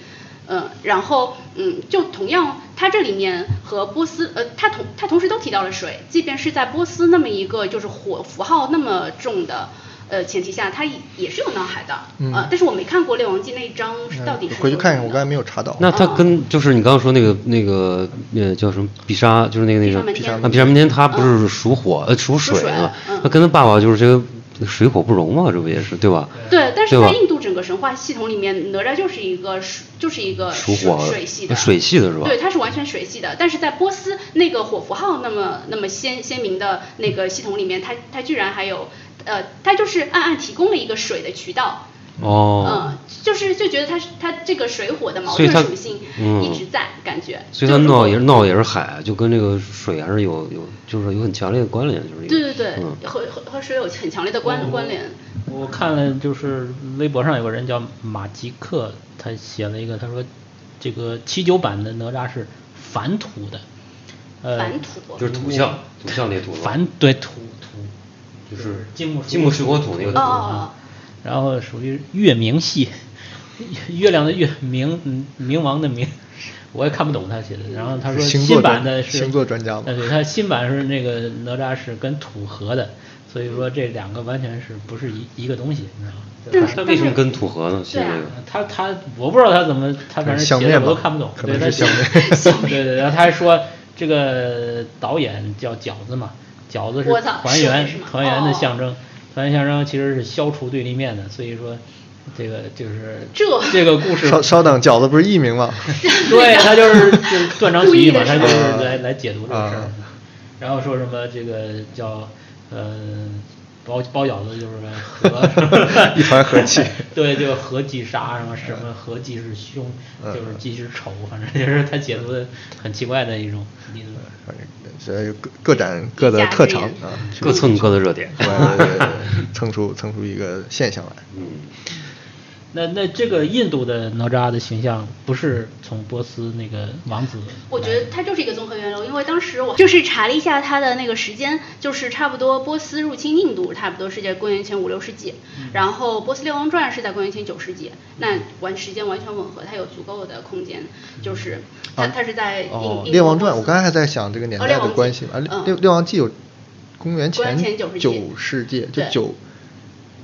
嗯、然后嗯，就同样，他这里面和波斯呃，他同他同时都提到了水，即便是在波斯那么一个就是火符号那么重的。呃，前提下，它也也是有脑海的，嗯呃，但是我没看过《列王纪》那一章是到底是回去说看看，什么我的刚才没有查到。那它跟就是你刚刚说那个那个呃叫什么比沙，就是那个那个比沙门天嗯啊比沙门天，他不是属火呃属水嘛属水嗯？他跟他爸爸就是这个水火不容嘛，这不也是对吧？对，但是对吧在印度整个神话系统里面，哪吒就是一个水，就是一个属水火呃水系的水系的是吧对，它是完全水系的。但是在波斯那个火符号那么那么鲜鲜明的那个系统里面，它它居然还有，呃，它就是暗暗提供了一个水的渠道。哦，嗯，就是就觉得它是它这个水火的矛所以它盾属性嗯一直在，感觉。所以它就是如果闹也是闹也是海，就跟这个水还是有有就是有很强烈的关联，就是一个对对对，嗯和和和水有很强烈的 [laughs] 嗯关关联。我看了，就是微博上有个人叫马吉克，他写了一个，他说这个七九版的哪吒是反土的，呃，反土就是土象土象那土嘛反对土土，就是金木金木水火土那个啊土哦哦然后属于月明系， [laughs] 月亮的月明嗯冥王的冥，我也看不懂他写的。然后他说星座新版专的是星座专家嘛呃对，他新版是那个哪吒是跟土合的，所以说这两个完全是不是一一个东西，你知道吗？但那为什么跟土合呢？其实对啊这个。他他我不知道他怎么，他反正相写面的吧我都看不懂。可对能他是相 [laughs] 写对对，然后他还说这个导演叫饺子嘛，饺子是我操团是圆是吗团圆的哦象征，团圆象征其实是消除对立面的，所以说这个就是这这个故事稍稍等，饺子不是艺名吗？ [laughs] [laughs] 对他就是就是断章取义嘛，故意的他是就吧是来来解读这个事儿啊，然后说什么这个叫呃包包饺子就是 [laughs] 和一团和气， [laughs] 对，就和忌杀什么什嗯么和忌是凶，就是忌是丑，反正就是他解读的很奇怪的一种嗯例子。这各各展各的特长啊，各蹭各的热点。出来的蹭出蹭出一个现象来。嗯，那那这个印度的哪吒的形象不是从波斯那个王子来的，我觉得它就是一个综合源流，因为当时我就是查了一下它的那个时间，就是差不多波斯入侵印度，差不多是在公元前五六世纪，然后《波斯列王传》是在公元前九世纪，那完时间完全吻合，它有足够的空间，就是它它是在印哦，《印列度王传》波我斯刚才还在想这个年哦代列的王关纪系嘛，啊，嗯《列列王纪》有公元公元前九世纪九世纪，就对九，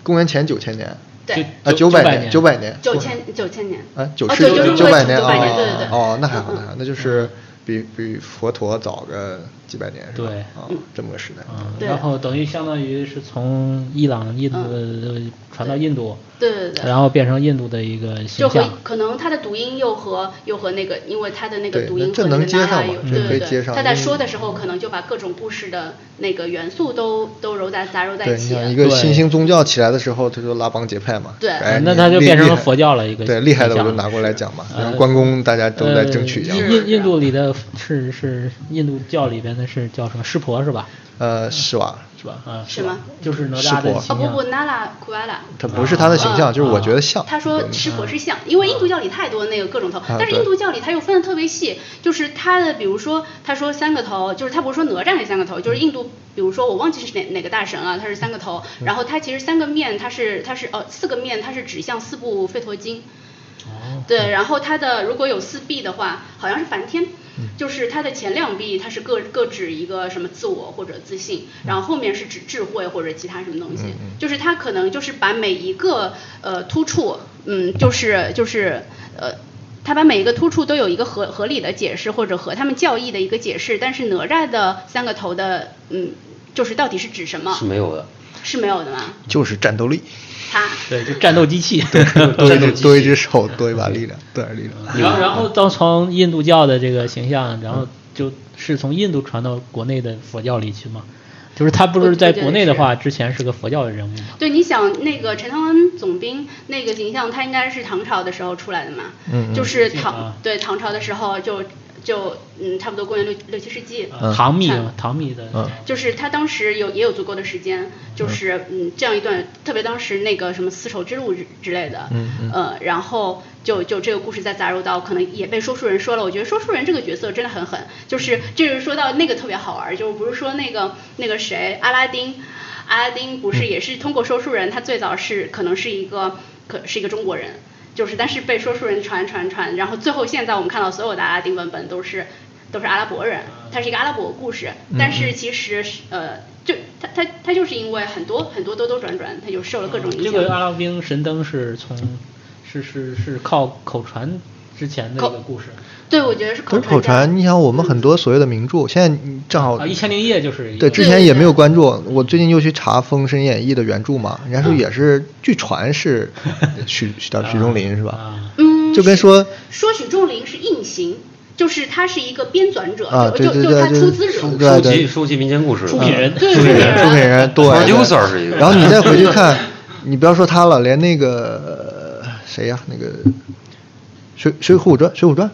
公元前九千年对啊，九九百百年，年九百年，九千九千年啊，九哦世纪对九九百年啊九百年对对嗯对哦，那还好，那还好，那就是比比佛陀早个几百年，是吧对啊，这么个时代，嗯，对然后等于相当于是从伊朗印度的传到印度，嗯对对对。然后变成印度的一个就形和象。可能它的读音又和又和那个，因为它的那个对读那音这和那能个接 Nara 上嘛有这对可以对对，接上嗯他在因为说的时候，可能就把各种故事的那个元素都都揉杂杂糅在对一你起想了一。个对嗯新兴宗教起来的时候，他就拉帮结派嘛。对哎那你他就厉变成厉了害佛教了一个对，厉害的我形就象拿过来讲嘛，呃像关公大家都在争取一呃样。印印印度里的是是印度教里边的是叫什么湿婆是吧？呃，是吧？是吧？啊，是吗吧就是哪吒是的我形象。哦不不，Nala Kuala。它不是他的形象，就是我觉得像。他说是火是像，因为印度教里太多那个各种头，但是嗯啊对印度教里它又分的特别细，就是它的比如说他说三个头，就是他不是说哪吒那三嗯个头，就是印度，比如说我忘记是哪哪个大神了，他是三个头，嗯然后他其实三个面，它是它是哦四个面，它是指向四部吠陀经。哦对，然后它的如果有四臂的话，好像是梵天，就是它的前两臂它是各各指一个什么自我或者自信，然后后面是指智慧或者其他什么东西，就是它可能就是把每一个呃突触，嗯，就是就是呃。它把每一个突触都有一个合合理的解释，或者和他们教义的一个解释，但是哪吒的三个头的，嗯，就是到底是指什么是没有的。是没有的吗？就是战斗力，它对，就战斗机器。多一只多一只手，多一把力量，多点力量。然后，然后当从印度教的这个形象，然后就是从印度传到国内的佛教里去嘛。就是他不是在国内的话，之前是个佛教的人物嘛。对，你想那个陈塘关总兵那个形象，他应该是唐朝的时候出来的嘛？嗯嗯就是是唐、啊对唐朝的时候就就嗯，差不多公元六六七世纪。嗯唐密看，唐密的，嗯就是他当时有也有足够的时间，就是嗯这样一段，特别当时那个什么丝绸之路之之类的，嗯嗯呃，然后就就这个故事再杂糅到，可能也被说书人说了。我觉得说书人这个角色真的很狠，就是这就是说到那个特别好玩儿，就是不是说那个那个谁阿拉丁，阿拉丁不嗯是也是通过说书人，他最早是可能是一个可是一个中国人。就是，但是被说书人传传传，然后最后现在我们看到所有的阿拉丁文本都是都是阿拉伯人，嗯它是一个阿拉伯故事。嗯但是其实是呃，就他他他就是因为很多很多兜兜转转，他就受了各种影嗯这响。个阿拉丁神灯是从是是是靠口传之前的一个故事对，我觉得是可口是口传传，你想我们很多所谓的名著，现在你正好啊，《一千零一夜》就是一哦对个之前也没有关注，我最近又去查《封神演义》的原著嘛，人家嗯说也是，据传 [laughs] 是许许许仲林是吧？啊，嗯，就跟说说许仲林是硬行，就是他是一个编纂者，啊，对就对就对就他对，出资者。书收对集对，收集民间故事的，啊出品人对出品人，对出品人，对啊 producer 是一个然后你再回去 [laughs] 看，你不要说他了，连那个呃谁呀、那个水水浒传》《水浒传》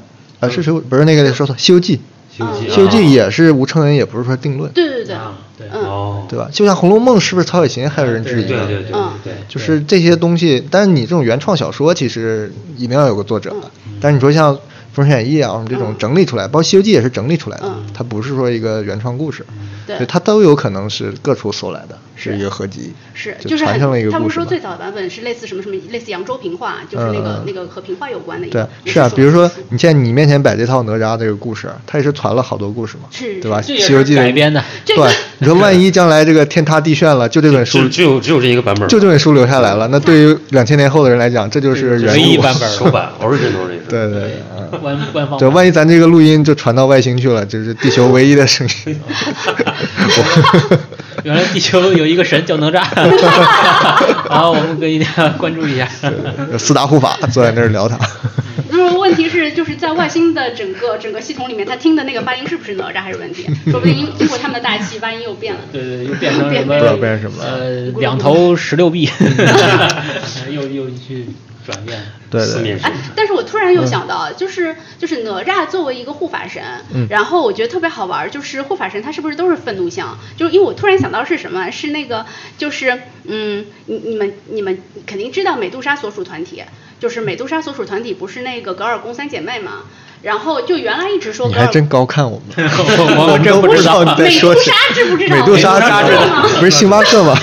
啊，是《水浒》，不是那个说错，《西游记》。西游记《西游记》啊也是吴承恩，也不是说定论，对对对，啊对嗯哦，对吧？就像《红楼梦》是不是曹雪芹，还有人质对疑对呢。对对嗯对，就是这些东西，但是你这种原创小说其实一定要有个作嗯者，嗯但是你说像《封神演义》啊，我们这种整理出来，包括《西游记》也是整理出来的，它不是说一个原创故事，嗯对所以它都有可能是各处搜来的，是一个合集，是，就是传很承了一个他故们事说嘛。嗯最早的版本是类似什么什么，类似扬州评话，就是那个、那个和评话有关的一对个，。也是啊，说比如说书你现在你面前摆这套哪吒这个故事，它也是传了好多故事嘛，是对吧？这也《西游记》是改编的这个对，你说万一将来这个天塌地陷了，就这本书只只有只有这一个版本儿，就这本书留下来了，那对于两千年后的人来讲，这就是原唯一著。版本首版 original 这是。对对，嗯官 [laughs] 官方对，万一咱这个录音就传到外星去了，就是地球唯一的声 [laughs] 音。原来地球有一个神叫 [laughs] 哪吒，然后我们可以关注一下。有四大护法坐在那儿聊 [laughs] 他，那么问题是，就是在外星的整个整个系统里面，他听的那个发音是不是哪吒还是 [laughs] 问题？说不定因经过他们的大气，发音又变了。对对，又变成什么？不知道变成什么呃，两头十 [laughs] 六臂，又又去转变。对四对面哎， [laughs] 但是我突然又嗯想到，就是就是哪吒作为一个护法神，嗯然后我觉得特别好玩儿，就是护法神他是不是都是愤怒相？就是因为我突然想到是什么，是那个就是嗯，你你们你们肯定知道美杜莎所属团体，就是美杜莎所属团体不是那个噶尔宫三姐妹嘛？然后就原来一直说你噶还尔真高看我们，我 [laughs] 我我真都不不知知道道。你在美说杜谁莎。知不知道？美杜莎知道知道，吗不是星巴克 [laughs] 吗？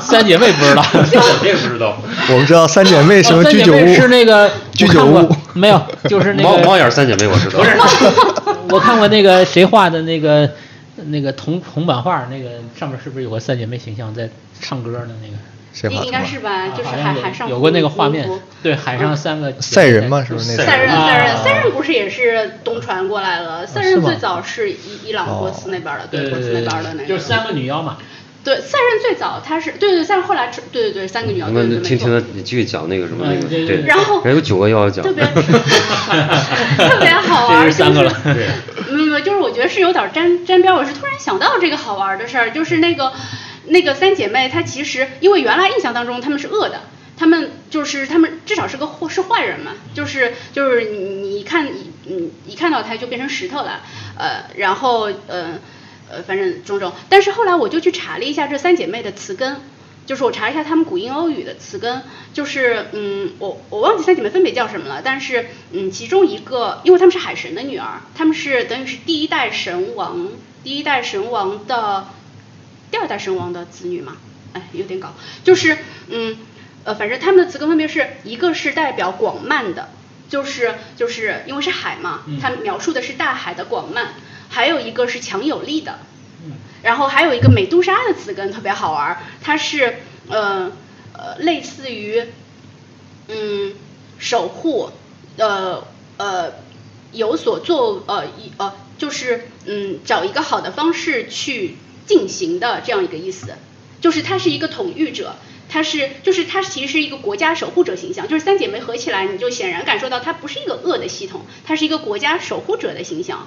三姐妹不 [laughs] 知道。我也不知道，我们知道三姐 [laughs] 妹什么哦三居姐酒妹是屋，那个 [laughs] 居我看酒过屋没有，就是那猫猫个眼儿三姐妹我知道，不是 [laughs] 我看过那个谁画的那个那个铜铜版画，那个上面是不是有个三姐妹形象在唱歌呢？那个？谁画应的应吗该？是吧？啊就是啊好海像有海上有过那个画面民族，对，海嗯上三个赛人嘛，是不是赛那种？赛人壬，啊赛壬，赛壬不是也是东传过来了？赛是壬吗最早是伊伊朗波斯那边的，对对，波对斯对那边的那对，就个是。三个女妖嘛。对，赛壬最早他是对对，赛壬后来是对对对三个女 [laughs] 妖，你对们听对没听错他，你继续讲那个什么那个嗯对对对，对然后还有九个要讲特，别 [laughs] 特别好玩这儿，是三个了就是嗯，就是我觉得是有点儿沾沾边儿。我是突然想到这个好玩儿的事儿，就是那个那个三姐妹，她其实因为原来印象当中她们是恶的，她们就是她们至少是个祸是坏人嘛，就是就是你你一看你你一看到她就变成石头了，呃，然后呃。呃，反正种种。但是后来我就去查了一下这三姐妹的词根，就是我查了一下她们古印欧语的词根，就是嗯，我我忘记三姐妹分别叫什么了，但是嗯，其中一个，因为她们是海神的女儿，她们是等于是第一代神王，第一代神王的第二代神王的子女嘛，哎，有点搞，就是嗯。呃，反正他们的词根分别是一个是代表广漫的，就是就是因为是海嘛，它描述的是大海的广漫，还有一个是强有力的，嗯然后还有一个美杜莎的词根特别好玩儿，它是呃呃类似于嗯守护呃呃有所作呃一呃就是嗯找一个好的方式去进行的这样一个意思，就是它是一个统御者。它是，就是它其实是一个国家守护者形象，就是三姐妹合起来，你就显然感受到它不是一个恶的系统，它是一个国家守护者的形象。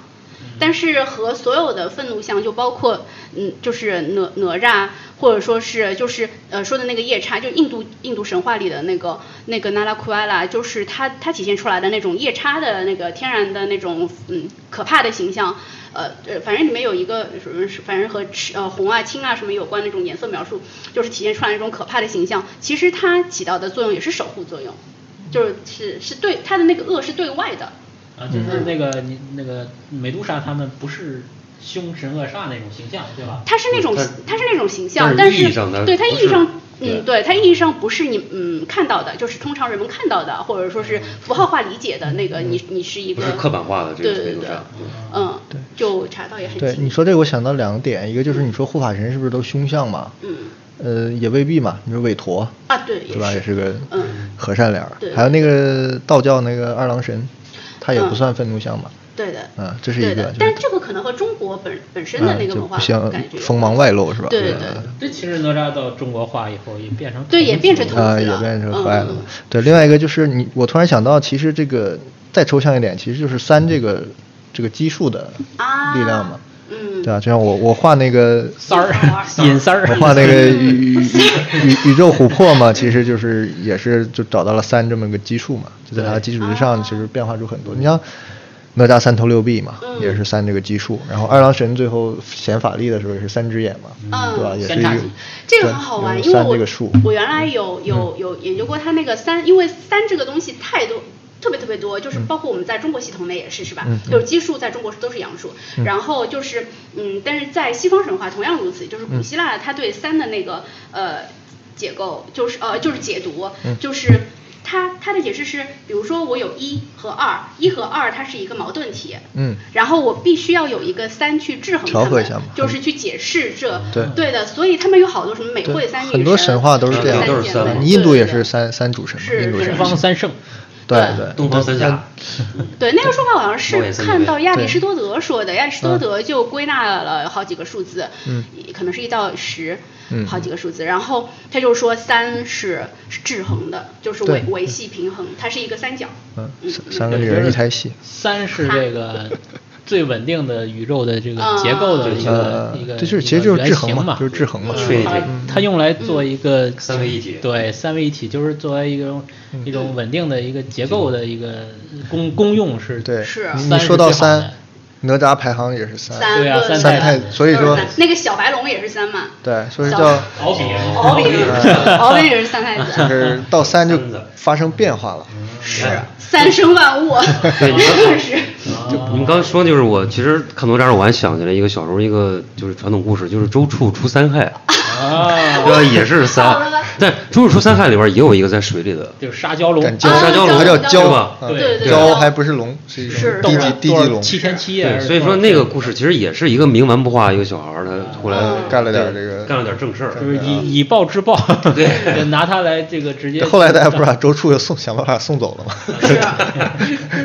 但是和所有的愤怒像，就包括嗯，就是哪哪吒，或者说是就是呃说的那个夜叉，就印度印度神话里的那个那个纳拉库埃拉，就是它它体现出来的那种夜叉的那个天然的那种嗯可怕的形象，呃呃，反正里面有一个什么，反正和赤呃红啊青啊什么有关那种颜色描述，就是体现出来那种可怕的形象。其实它起到的作用也是守护作用，就是是是对它的那个恶是对外的，啊，就是嗯那个你那个美杜莎他们不是凶神恶煞那种形象，对吧？它是那种嗯它它是那种形象，但但是意义上它对它不意义是上，对嗯，对它意义上不是你嗯看到的，就是通常人们看到的，或者说是符号化理解的那个，你你是一嗯不个是刻板化的这对个对美杜对莎，，嗯，就查到也很对，清你说这个我想到两个点，一个就是你说护法神是不是都凶相嘛？嗯呃，也未必嘛。你说韦陀，啊，对，也对吧？也是个嗯和善脸儿。对嗯还有那个道教那个二郎神，他也不算愤怒相嘛。对的，嗯这是对一个的就是但这个可能和中国本本身的嗯那个就文化不像感觉有锋芒关外系露是吧？对对嗯这其实哪吒到中国化以后也变成对也变成啊、童子也了变成嗯坏了嗯嘛。对，另外一个就是你，我突然想到，其实这个再抽象一点，其实就是三这个这个基数的啊力量嘛，嗯对啊吧？就像我我画那个三 [laughs] 儿尹三儿我，画那个宇宇宇宇宇宙琥珀嘛，其实就是也是就找到了三这么个基数嘛，就在它的基础之上，其实变化出很多。你像哪吒三头六臂嘛，嗯也是三这个基数，然后二郎神最后显法力的时候也是三只眼嘛，嗯对吧？也是三一叉个戟这个对很好有玩，因为三这我个嗯数，我原来有有有研究过它那个三，因为三这个东西太多。特别特别多，嗯就是包括我们在中国系统内也是，是吧？就是奇数在中国都是阳数，然后就是嗯，但是在西方神话同样如此，就是古嗯希腊它对三的那个呃解构，就是呃就是解读，嗯就是它它的解释是，比如说我有一和二，一和二它是一个矛盾体，嗯，然后我必须要有一个三去制衡它调们，和一下嘛就是去解释这对的，所以他们有好多什么美对惠三女神，很多神话都是这样的，三都是姐三妹嘛印度对也对是三三主神嘛，是印度是神东，方三圣，对对对，东方三侠，对，那个说法猫好像眼是三看姐妹到亚里对士多德说的，亚里士多德就归纳了好几个数字，嗯，可能是一到十，好几个数字。然后他就说三是是制衡的，就是维对维系平衡，它是一个三角。嗯，三三个女人一台戏，三是这个最稳定的宇宙的这个结构的一个呃一，个，这就是其实就是制衡嘛，嗯就是制衡嘛，确嗯它定它用来做一个三位一体对，三位一体就是作为一种嗯一种稳定的一个结构的一个功功用是，对，是你三你是说到最好的三，哪吒排行也是三，对啊个三三太子所以都是说三那个小白龙也是三嘛，对，所以小叫敖丙敖丙也是 [laughs] 敖丙也是三太就子，是到三就三的发生变化了，是三生 [laughs] 万物， [laughs] 真的是。就嗯你刚说就是我，其实看哪吒时候我还想起来一个小时候一个就是传统故事，就是周处除三 [laughs] 害，啊，呃也是好了吧三，但周处除三害里边也有一个在水里的，就是沙蛟龙，敢就啊沙蛟蛟龙它叫对蛟吧？对对对蛟蛟啊还不是龙，是一是种低级低级龙，七天七夜还对，是所以多少说天，那个故事其实也是一个冥顽不化一个小孩儿，他后来嗯干了点这个啊干了点正事儿，就是以以暴制暴，啊对，就拿它来这个直接。后来大家不是把周处又送想办法送走了吗？是， [laughs]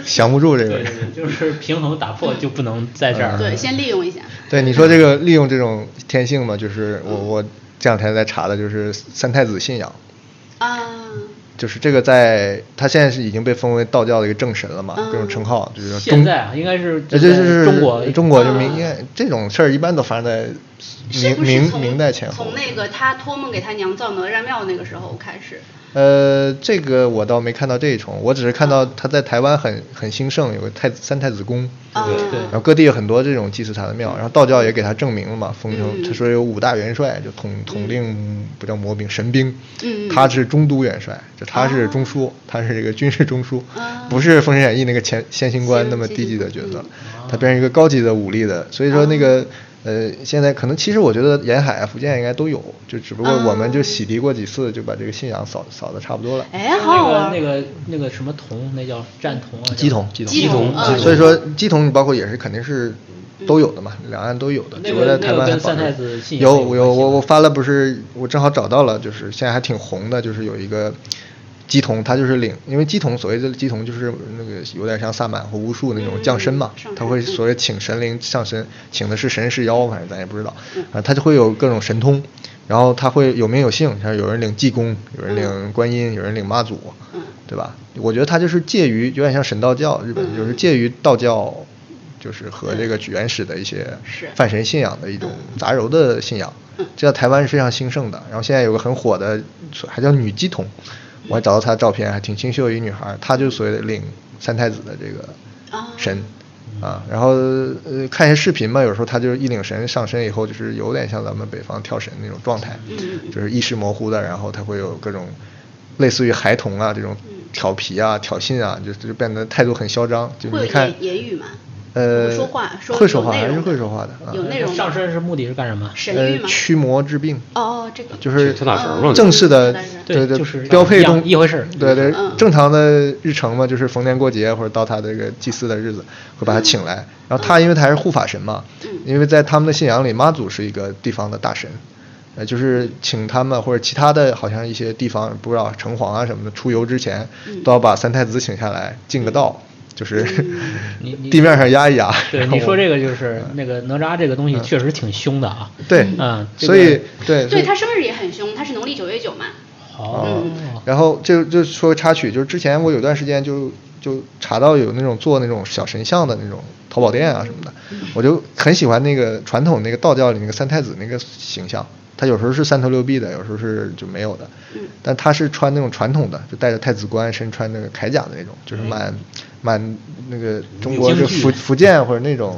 降不住这个对，人。对对，就是平衡打破就不能在这儿。对，先利用一下。对你说这个利用这种天性嘛，就是我我这两天在查的就是三太子信仰，啊，就是这个在他现在是已经被封为道教的一个正神了嘛，嗯各种称号就是说现中。在啊，应该是这就这是是中国中国就明代这种事儿一般都发生在明是嗯不是明从明代前后从。那个他托梦给他娘造哪吒庙那个时候开始，呃，这个我倒没看到这一重，我只是看嗯到它在台湾很很兴盛，有个太三太子宫，对对然后各地有很多这种祭祀他的庙，然后道教也给他证明了嘛，封嗯成他说有五大元帅，就统统领不叫魔兵神兵，嗯嗯哦他是中都元帅，就他是中枢，他是这个军事中枢，不是《封神演义》那个前先行官先那么先低行级的官角色嗯，哦他变成一个高级的武力的，所以说那个。呃，现在可能其实我觉得沿海、啊福建应该都有，就只不过我哦们就洗涤过几次，就把这个信仰扫扫的差不多了。哎，好好玩儿。那个那个那个什么铜，那叫战铜啊，鸡同，鸡鸡同同，啊所以说鸡同你包括也是肯定是都有的嘛，两岸都有的，嗯那只个不过在台湾那还个跟保三太留子信仰有有关有系我吗我发了不是我正好找到了，就是现在还挺红的，就是有一个鸡同，他就是领，因为鸡同所谓的鸡同就是那个有点像萨满和巫术那种降身嘛嗯上，他身会嗯所谓请神灵上身，请的是神是妖，反正咱也不知道，嗯啊，他就会有各种神通。然后他会有名有姓，像有人领济公，有人嗯领观音，有人领妈祖，对吧？我觉得它就是介于有点像神道教，日嗯本就是介于道教，就是和这个原始的一些嗯是嗯泛神信仰的一种杂糅的信仰。这在台湾是非常兴盛的。然后现在有个很火的，还叫女鸡童，嗯我还找到她的照片，还挺清秀的一女孩，她就所谓的领三太子的这个啊神。啊，然后呃看一些视频嘛，有时候她就是一领神上身以后，就是有点像咱们北方跳神那种状嗯态，就是意识模糊的，然后她会有各种类似于孩童啊这种嗯调皮啊、挑衅啊，就就变得态度很嚣张。就会有你看言，言语吗？呃，说话说会说有话内还是容的会说话的啊，有内容吗上身是目的是干什么？神呃域，吗？驱魔治病。哦，这个就是跳大神儿嘛正式的跳大神儿对对就是标配一样中一回事儿对对嗯，正常的日程嘛，就是逢年过节或者到他这个祭祀的日子，会嗯把他请来。然后他因为他还是护法神嘛，因为在他们的信仰里，妈祖是一个地方的大神，呃，就是请他们或者其他的好像一些地方不知道城隍啊什么的出游之前，嗯都要把三太子请下来敬个道，就是你你 [laughs] 地面上压一压。对，然后嗯你说这个就是那个哪吒这个东西确实挺凶的啊。对，嗯，这个所以对，所对以他生日也很凶，他是农历九月九嘛。好，然后就就说插曲，就是之前我有段时间就就查到有那种做那种小神像的那种淘宝店啊什么的，我就很喜欢那个传统那个道教里那个三太子那个形象，他有时候是三头六臂的，有时候是就没有的，但他是穿那种传统的，就戴着太子冠，身穿那个铠甲的那种，就是蛮蛮那个中国就福福建或者那种。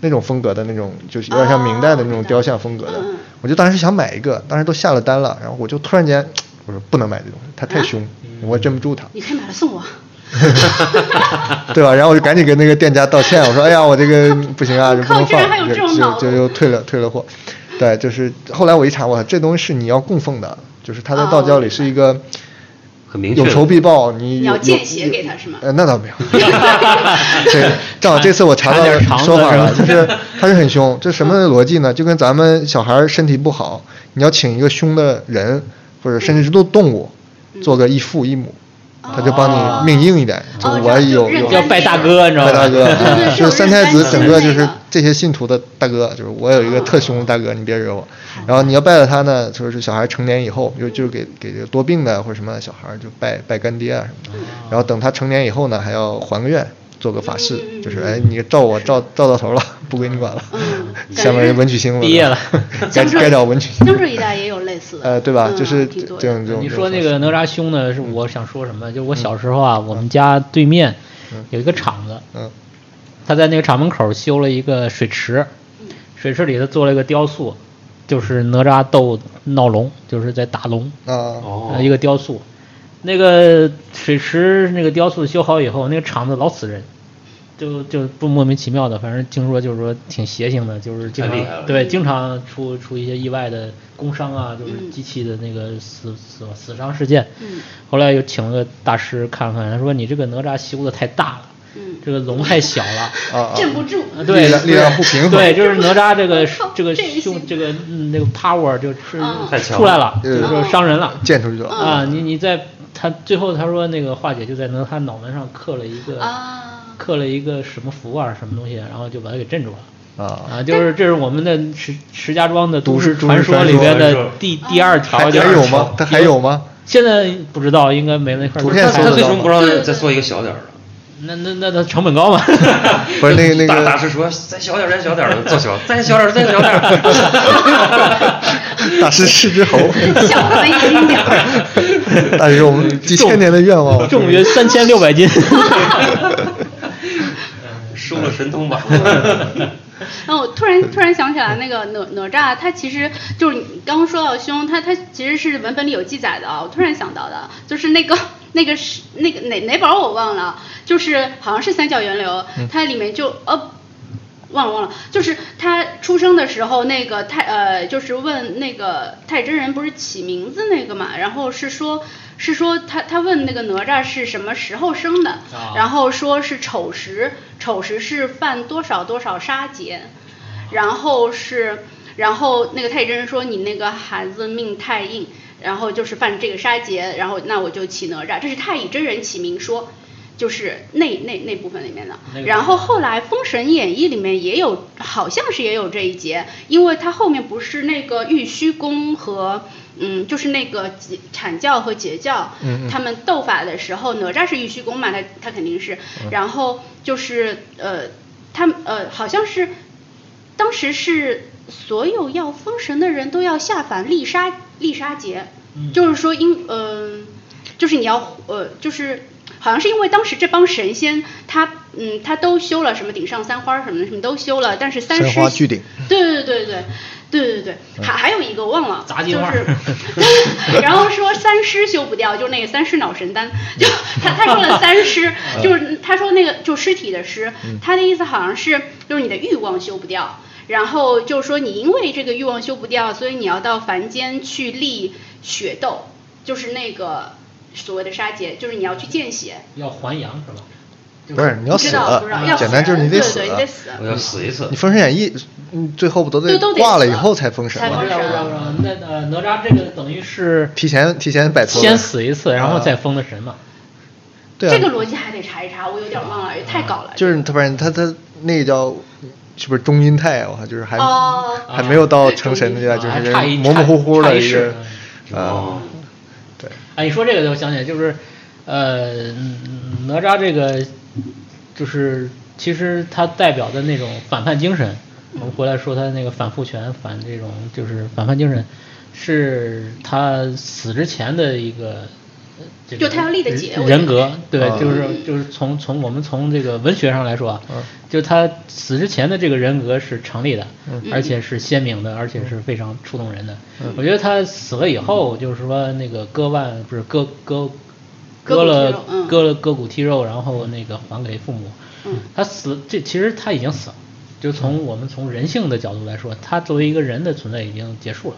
那种风格的那种，就是有点像嗯啊明代嗯的那种雕像风格的，我就当时想买一个，当时都下了单了，然后我就突然间，我说不能买这东西，它太凶，嗯我镇不住它，你可以买来送我。对吧？然后我就赶紧跟那个店家道歉，我说哎呀，我这个不行啊，就不 [laughs] 靠能居然还有放，就这种脑就子就又退了退了货。对，就是后来我一查，我这东西是你要供奉的，就是它在道教里是一个。很明确有的仇必报，你你要有见有血有给他是吗呃，那倒 [laughs] 没有。 [laughs] 对，正好这次我查到缠点肠子说法了，是就吧是他是很凶，这什么逻辑呢？就跟咱们小孩身体不好，你要请一个凶的人，或者嗯甚至是动动物，做个义父义母，他就帮你命硬一点。就哦我这有就是有要拜大哥，你知道拜吧？大 [laughs] 哥，啊对对就是三太子整个就是是这些信徒的大哥，就是我有一个特凶的大哥，你别惹我。然后你要拜了他呢，就是小孩成年以后，就就是给给这个多病的或者什么的小孩就拜拜干爹啊什么的。然后等他成年以后呢，还要还个愿，做个法事，就是哎你照我照照到头了，不归你管了。嗯 [laughs] 下面文曲星了毕业了， [laughs] 该该找文曲星。江浙一带也有类似的。呃，对吧？嗯就是这挺种多的这种这种。嗯你说那个哪吒凶呢？是我想说什么？就我小时候啊，我们家对面有一个厂子，嗯他在那个厂门口修了一个水池，水池里头做了一个雕塑，就是哪吒斗闹龙，就是在打龙，啊哦呃，一个雕塑。那个水池那个雕塑修好以后，那个厂子老死人，就就不莫名其妙的，反正听说就是说挺邪性的，就是经太厉害了常对经常出出一些意外的工伤啊，嗯就是机器的那个死死死伤事件。后来又请了个大师看看，他说你这个哪吒修的太大了，嗯这个龙太小了。啊啊！镇不住。啊 [laughs] 对力量力量不平衡对，就是哪吒这个靠这个这一凶行这个嗯那个 power 就是太强出来了，就嗯是说伤人了溅出去了。啊！你你在他最后他说那个化解就在哪他脑门上刻了一个啊刻了一个什么符啊什么东西，然后就把他给镇住了啊就是这是我们的石石家庄的都都市市都市传说传里说边是的第第二条还就还是有说吗？它还有吗？现在不知道，应该没那块儿图都片他看他搜得为到什么吗不让再做一个小点儿的？ [laughs] 那那那那成 [laughs] 本高嘛？不是那个那大大 [laughs] 个师说：“再小点儿，再小点儿，做小，再小点儿，再小点儿。”大师是只猴，小的一斤点儿。 [laughs] 大师是我们几千年的愿望。 [laughs] 啊重约三千六百 [laughs] 斤。收了神通吧。然后我突然突然想起来，那个哪哪吒，他其实就是你刚刚说到凶，他他其实是文本里有记载的啊。我突然想到的，就是那个那个是那个哪哪本儿我忘了，就是好像是三角源流，它里面就呃。忘了忘了，就是他出生的时候，那个太呃，就是问那个太乙真人不是起名字那个嘛，然后是说，是说他他问那个哪吒是什么时候生的，啊然后说是丑时，丑时是犯多少多少杀劫，然后是，然后那个太乙真人说你那个孩子命太硬，然后就是犯这个杀劫，然后那我就起哪吒，这是太乙真人起名说。就是那那那部分里面的那，个然后后来《封神演义》里面也有，好像是也有这一节，因为它后面不是那个玉虚宫和嗯，就是那个截阐教和截教，嗯嗯他们斗法的时候，哪吒是玉虚宫嘛，他他肯定是，嗯然后就是呃，他们呃好像是当时是所有要封神的人都要下凡立杀立杀劫，就是说因嗯、就是你要呃，就是好像是因为当时这帮神仙他嗯他都修了什么顶上三花什么的什么都修了，但是三三师花聚顶 [laughs] 对对对对。对对对，嗯还还有一个我忘了，杂技就腕儿是 [laughs] 然后说三尸修不掉，就那个三尸脑 [laughs] 神丹，就他他说了三尸，嗯就是他说那个就尸体的尸，他的意思好像是就是你的欲望修不掉，然后就说你因为这个欲望修不掉，所以你要到凡间去立血斗，就是那个所谓的杀劫，就是你要去见血，要还阳是吧？不是你要不死嗯知道不知道要，简单就是你得对死对，。你得死， [laughs] 我要死一次你《封神演义》嗯最后不都对都得挂了死以了后才封神才我吗封？知道，我知道，我知道。那呃，哪吒这个等于是提前提前摆脱了先死一次，然后再封的神嘛。对啊，这个逻辑还得查一查，我有点忘了，太搞了。就是他不然他他那个叫是不是中阴态啊？我靠，就是还、哦还没有到对成神的阶中段，阴就是啊差一模模糊糊差的一一世个哦啊，对，哎，你说这个，我想起来，就是，呃，哪吒这个，就是其实他代表的那种反叛精神，我们回来说他那个反父权、反这种就是反叛精神，是他死之前的一个。呃这个就他要立的节我觉得人格，对，嗯就是就是从从我们从这个文学上来说啊，就他死之前的这个人格是成立的，嗯而且是鲜明的，而且是非常触动人的。我觉得他死了以后，就是说那个割腕不是割割割割骨剔了肉嗯割了割骨剔肉，然后那个还给父母。他死这其实他已经死了，就从我们从人性的角度来说，他作为一个人的存在已经结束了。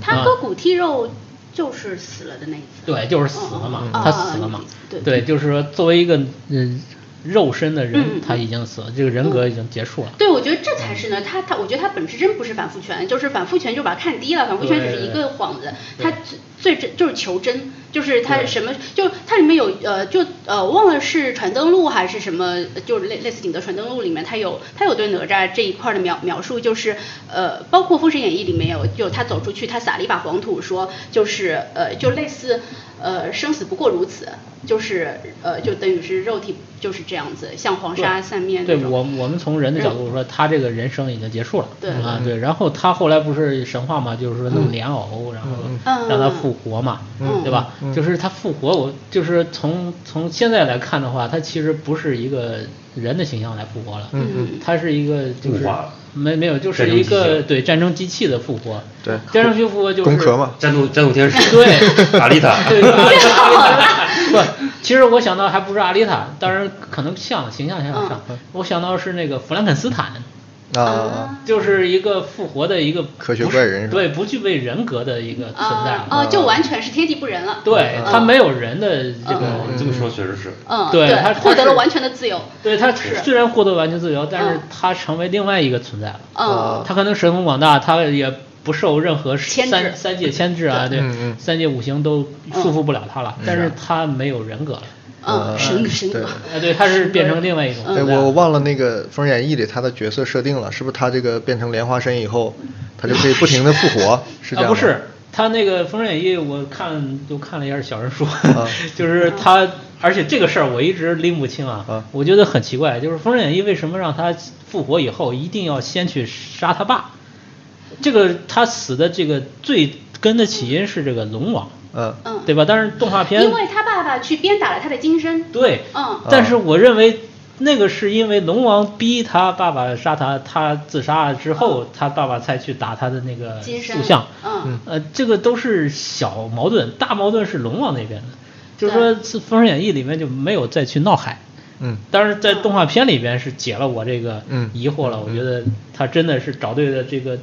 他割骨剔肉就是死了的那一次。对，就是死了嘛嗯，他死了嘛啊对，对，就是说作为一个嗯肉身的人嗯嗯，他已经死了，这个人格已经结束了。对，我觉得这才是呢，他他，我觉得他本质真不是反复权，就是反复权就把它看低了，反复权只是一个幌子，他最最真就是求真，就是他什么，就它里面有呃，就呃忘了是《传灯录》还是什么，就是类类似《景德传灯录》里面，他有他有对哪吒这一块儿的描描述，就是呃，包括《封神演义》里面有，就他走出去，他撒了一把黄土说，就是呃，就类似呃生死不过如此，就是呃就等于是肉体就是这样子，像黄沙散面那对种。我，我们从人的角度说，他这个人生已经结束了。嗯对啊，对。然后他后来不是神话嘛，就是说弄莲藕，然后嗯让他复活嘛，对吧？就是他复活，我就是从从现在来看的话，他其实不是一个人的形象来复活了，嗯他是一个就是物化了没没有就是战争机一器个了对战争机器的复活，对战争机器复活就是工壳嘛，战斗战斗天使，对阿丽塔，对，阿丽塔，不，其实我想到还不是阿丽塔，当然可能像形象像上，我想到是那个弗兰肯斯坦，啊，就是一个复活的一个科学不是怪人是吧对，不具备人格的一个存在啊了，啊，就完全是天地不仁了。对他没有人的这个。哦这么说确实是。嗯，对他获得他是了完全的自由。对他虽然获得完全自由，但是他成为另外一个存在了。嗯，他可能神通广大，他也不受任何牵制三三界牵制啊，对，嗯嗯嗯三界五行都束缚不了他了。但是他没有人格了，嗯，神神对格。啊，呃对，他是变成另外一种存哎，在了。我我忘了那个《封神演义》里他的角色设定了，是不是他这个变成莲花身以后，他就可以不停的复 [laughs] 活？是这啊，样不吗？是，他那个《封神演义》，我看就看了一下小人书，啊 [laughs] 就是他，而且这个事儿我一直拎不清啊，啊我觉得很奇怪，就是《封神演义》为什么让他复活以后一定要先去杀他爸？这个他死的这个最根的起因是这个龙王，嗯嗯，对吧？但是动画片因为他爸爸去鞭打了他的金身，对，嗯，但是我认为那个是因为龙王逼他爸爸杀他，他自杀了之后，他爸爸才去打他的那个金身塑像。嗯呃，这个都是小矛盾，大矛盾是龙王那边的，就是说《是封神演义》里面就没有再去闹海。嗯当然，在动画片里边是解了我这个嗯疑惑了，我觉得他真的是找对了这个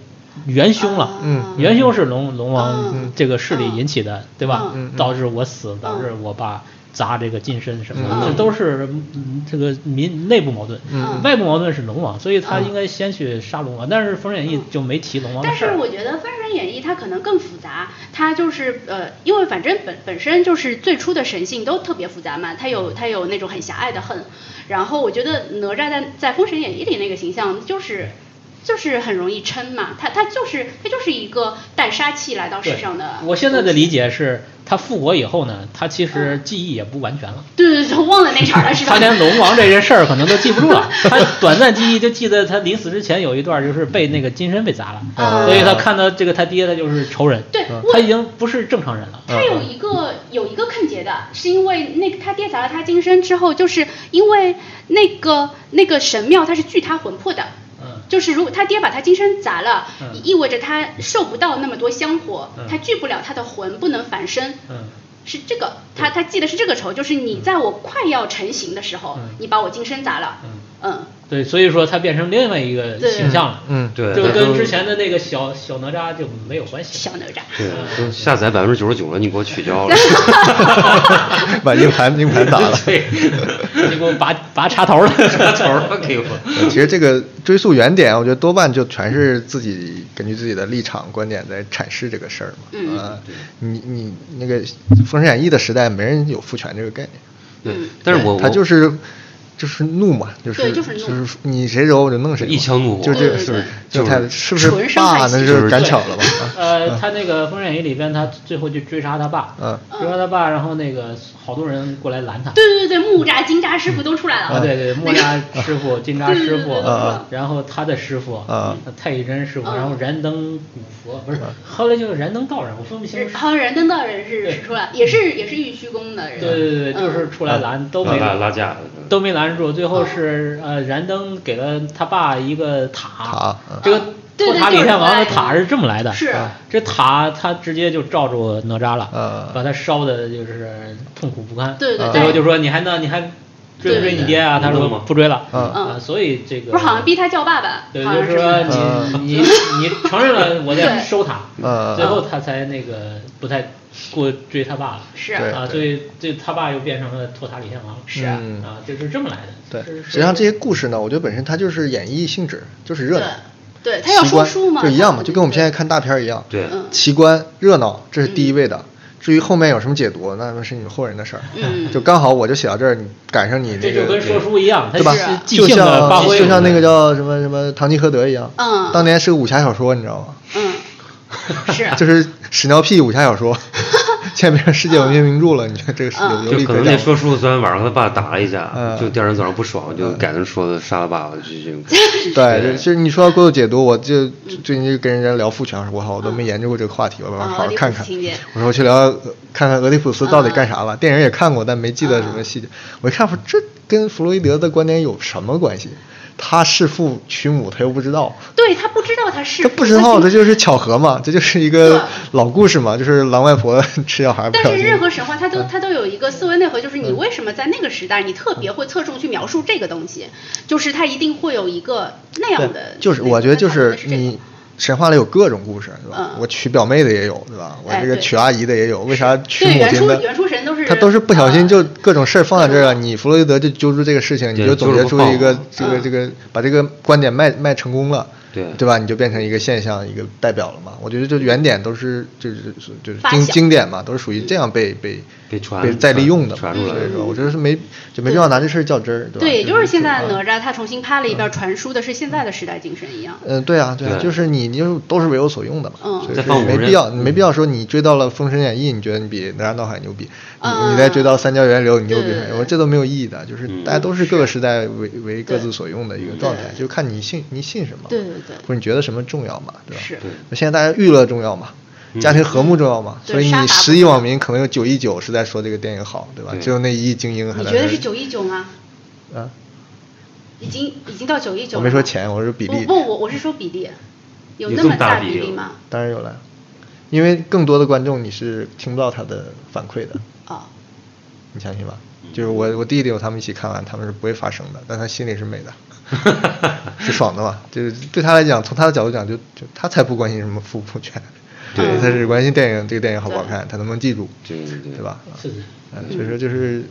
元凶啊了。嗯元凶是龙龙王嗯这个势力引起的，对吧？嗯导致我死，导致我爸砸这个金身什么的，这都是嗯这个民内部矛盾。嗯外部矛盾是龙王，所以他应该先去杀龙王，但是《封神演义》就没提龙王的但事是儿。我觉得《封神演义》它可能更复杂，它就是呃，因为反正本本身就是最初的神性都特别复杂嘛，它有它有那种很狭隘的恨，然后我觉得哪吒在在《封神演义》里那个形象就是。就是很容易嗔嘛，他他就是他就是一个带杀气来到世上的。我现在的理解是，他复活以后呢，他其嗯实记忆也不完全了。对对对，忘了那 [laughs] 茬了是吧？他连龙王这件事儿可能都记不住了，他短暂记忆就记得他临死之前有一段就是被那个金身被砸了，啊所以他看到这个他爹，他就是仇人，对他已经不是正常人了。他有一个有一个坑结的，是因为那个他爹砸了他金身之后，就是因为那个那个神庙它是拒他魂魄的。嗯就是如果他爹把他金身砸了，嗯意味着他受不到那么多香火，嗯他拒不了他的魂，不能返身，嗯是这个，他他记得是这个仇，就是你在我快要成型的时候，嗯你把我金身砸了，嗯，嗯，对，所以说他变成另外一个对形象了，嗯对，就那跟都之前的那个小小哪吒就没有关系了。小哪吒，对都下载百分之九十九了，你给我取 [laughs] 消了。 [laughs] 嗯 [laughs] 把硬盘硬盘打了。对，结果拔拔插头 [laughs] 了，头儿给我。其实这个追溯原点，我觉得多半就全是自己根据自己的立场观点在阐释这个事儿嘛。嗯啊，你你那个《封神演义》的时代，没人有父权这个概念。对，但哦是我他我就是就是怒嘛，就是对就就是怒你谁揉我就弄谁嘛，一腔怒火就这对是不对是就对他就是是不是纯生爸态那系就统赶巧了吧？啊呃，他那个《封神演义》里边，他最后去追杀他爸，嗯追杀他爸，然后那个好多人过来拦他，对对对，木吒、金吒师傅都出来了，啊，对对，木吒师傅、金吒师傅对对对对对，然后他的师傅啊，太乙真师傅，嗯然后燃灯古佛，不是，后来就是燃灯道人，我分不清是。好像燃灯道人是对是出来，也是也是玉虚宫的人，嗯对对对，就是出来拦都没拉拦拉架，都没拦住，最后是呃燃灯给了他爸一个塔，塔嗯这个对托对塔就李是天这王么的来的塔是这么来的，啊是这塔他直接就罩住哪吒了嗯，把他烧的就是痛苦不堪，对对啊最后对就说你还能你还追不追你爹啊？对他你说弄吗不追了，嗯啊，所以这个不是好像逼他叫爸爸，对，好就像是是说嗯吧你你你承认了，我再对收他，嗯最后他才那个不太过追他爸了，是对啊，所以这他爸又变成了托塔李天王，是啊啊，就是这么来的，对，是实际上这些故事呢，我觉得本身它就是演绎性质，就是热闹，对对它要奇说观书嘛就一样嘛，它就跟我们现在对看大片儿一样，对嗯奇观热闹这是第一位的。至于后面有什么解读，那是你们后人的事儿。[laughs] 嗯就刚好我就写到这儿，你赶上你这那就跟个，说书一样，对吧他是？啊即就兴的像发挥，就像那个叫什么什么《堂吉诃德》一样，嗯当年是个武侠小说，你知道吗？嗯， [laughs] 是啊就是屎尿屁武侠小 [laughs] 说，现在变成世界文学名著了。你觉得这个是有嗯有就理可可能讲那吗？说叔昨天晚上他爸打了一架，嗯就第二天早上不爽，就改成说杀了爸爸，就这种。 [laughs] 对，就是你说到过度解读，我就最近就跟人家聊父权，我说我靠，我都没研究过这个话题，我晚上啊好好看俄狄浦看斯情节。嗯我说我去聊聊看看俄狄浦斯到底干啥了。电影也看过，但没记得什么细节。我一看，我说这跟弗洛伊德的观点有什么关系？他弑父娶母，他又不知 [laughs] 道。对他不知道他是这不知道，这就是巧合嘛，这就是一个对老故事嘛，就是狼外婆 [laughs] 吃小孩不但小是心。任何神话，它嗯都它都有一个思维内核，就是你为什么在那个时代，你特别会侧重去描述这个东西，就是它一定会有一个那样的对，那，个。就是我觉得就它可能是是这个你神话里有各种故事，对吧？嗯我娶表妹的也有，对吧？我哎这个对娶阿姨的也有，为啥娶对母原亲初的？原初神都是啊他都是不小心就各种事儿放在这儿了。各种你弗洛伊德就揪住这个事情，你对就总揪结住出不放一个这嗯个这个，把这个观点卖卖成功了。对对吧？你就变成一个现象，一个代表了嘛。我觉得这原点都是就是就是发经想经典嘛，都是属于这样被被被传被再利用的嘛，传出来所以了。说我觉得是没就没必要拿这事儿较真儿，嗯对，对吧？嗯就是现在哪吒他重新拍了一遍，传输的是现在的时代精神一样。嗯，对啊，对啊，对就是你，你就都是为有所用的嘛，嗯所以再说放没五必人要，你没必要说你追到了《封神演义》，你觉得你比哪吒闹海牛逼，你嗯你再追到《三教源流》，你又比对谁？对我说这都没有意义的，就是嗯大家都是各个时代为为各自对所用的一个状态，就看你信你信什么，对对对或者你觉得什么重要嘛，对吧？是对。那现在大家娱乐重要嘛？嗯家庭和睦重要嘛？对所以杀你伐十不亿可网民可能有九亿九是在说这个电影好，对吧？对只有那一亿精英还你在觉那得儿是九一九吗？啊？已经已经到九一九。我没说钱我说比例不不，我我是说比例，有有那这么么大大比比例例了吗？当然有了，因为更多的观众你是听不到他的反馈的，哦，你相信吧？嗯就是我我弟弟我他们一起看完，他们是不会发声的，但他心里 [laughs] 是美的，是爽的嘛？就是对他来讲，从他的角度讲，就就他才不关心什么父不父权，对他只关心电影这个电影好不好看，他能不能记住，对对对嗯对吧？是的嗯，所以说就是，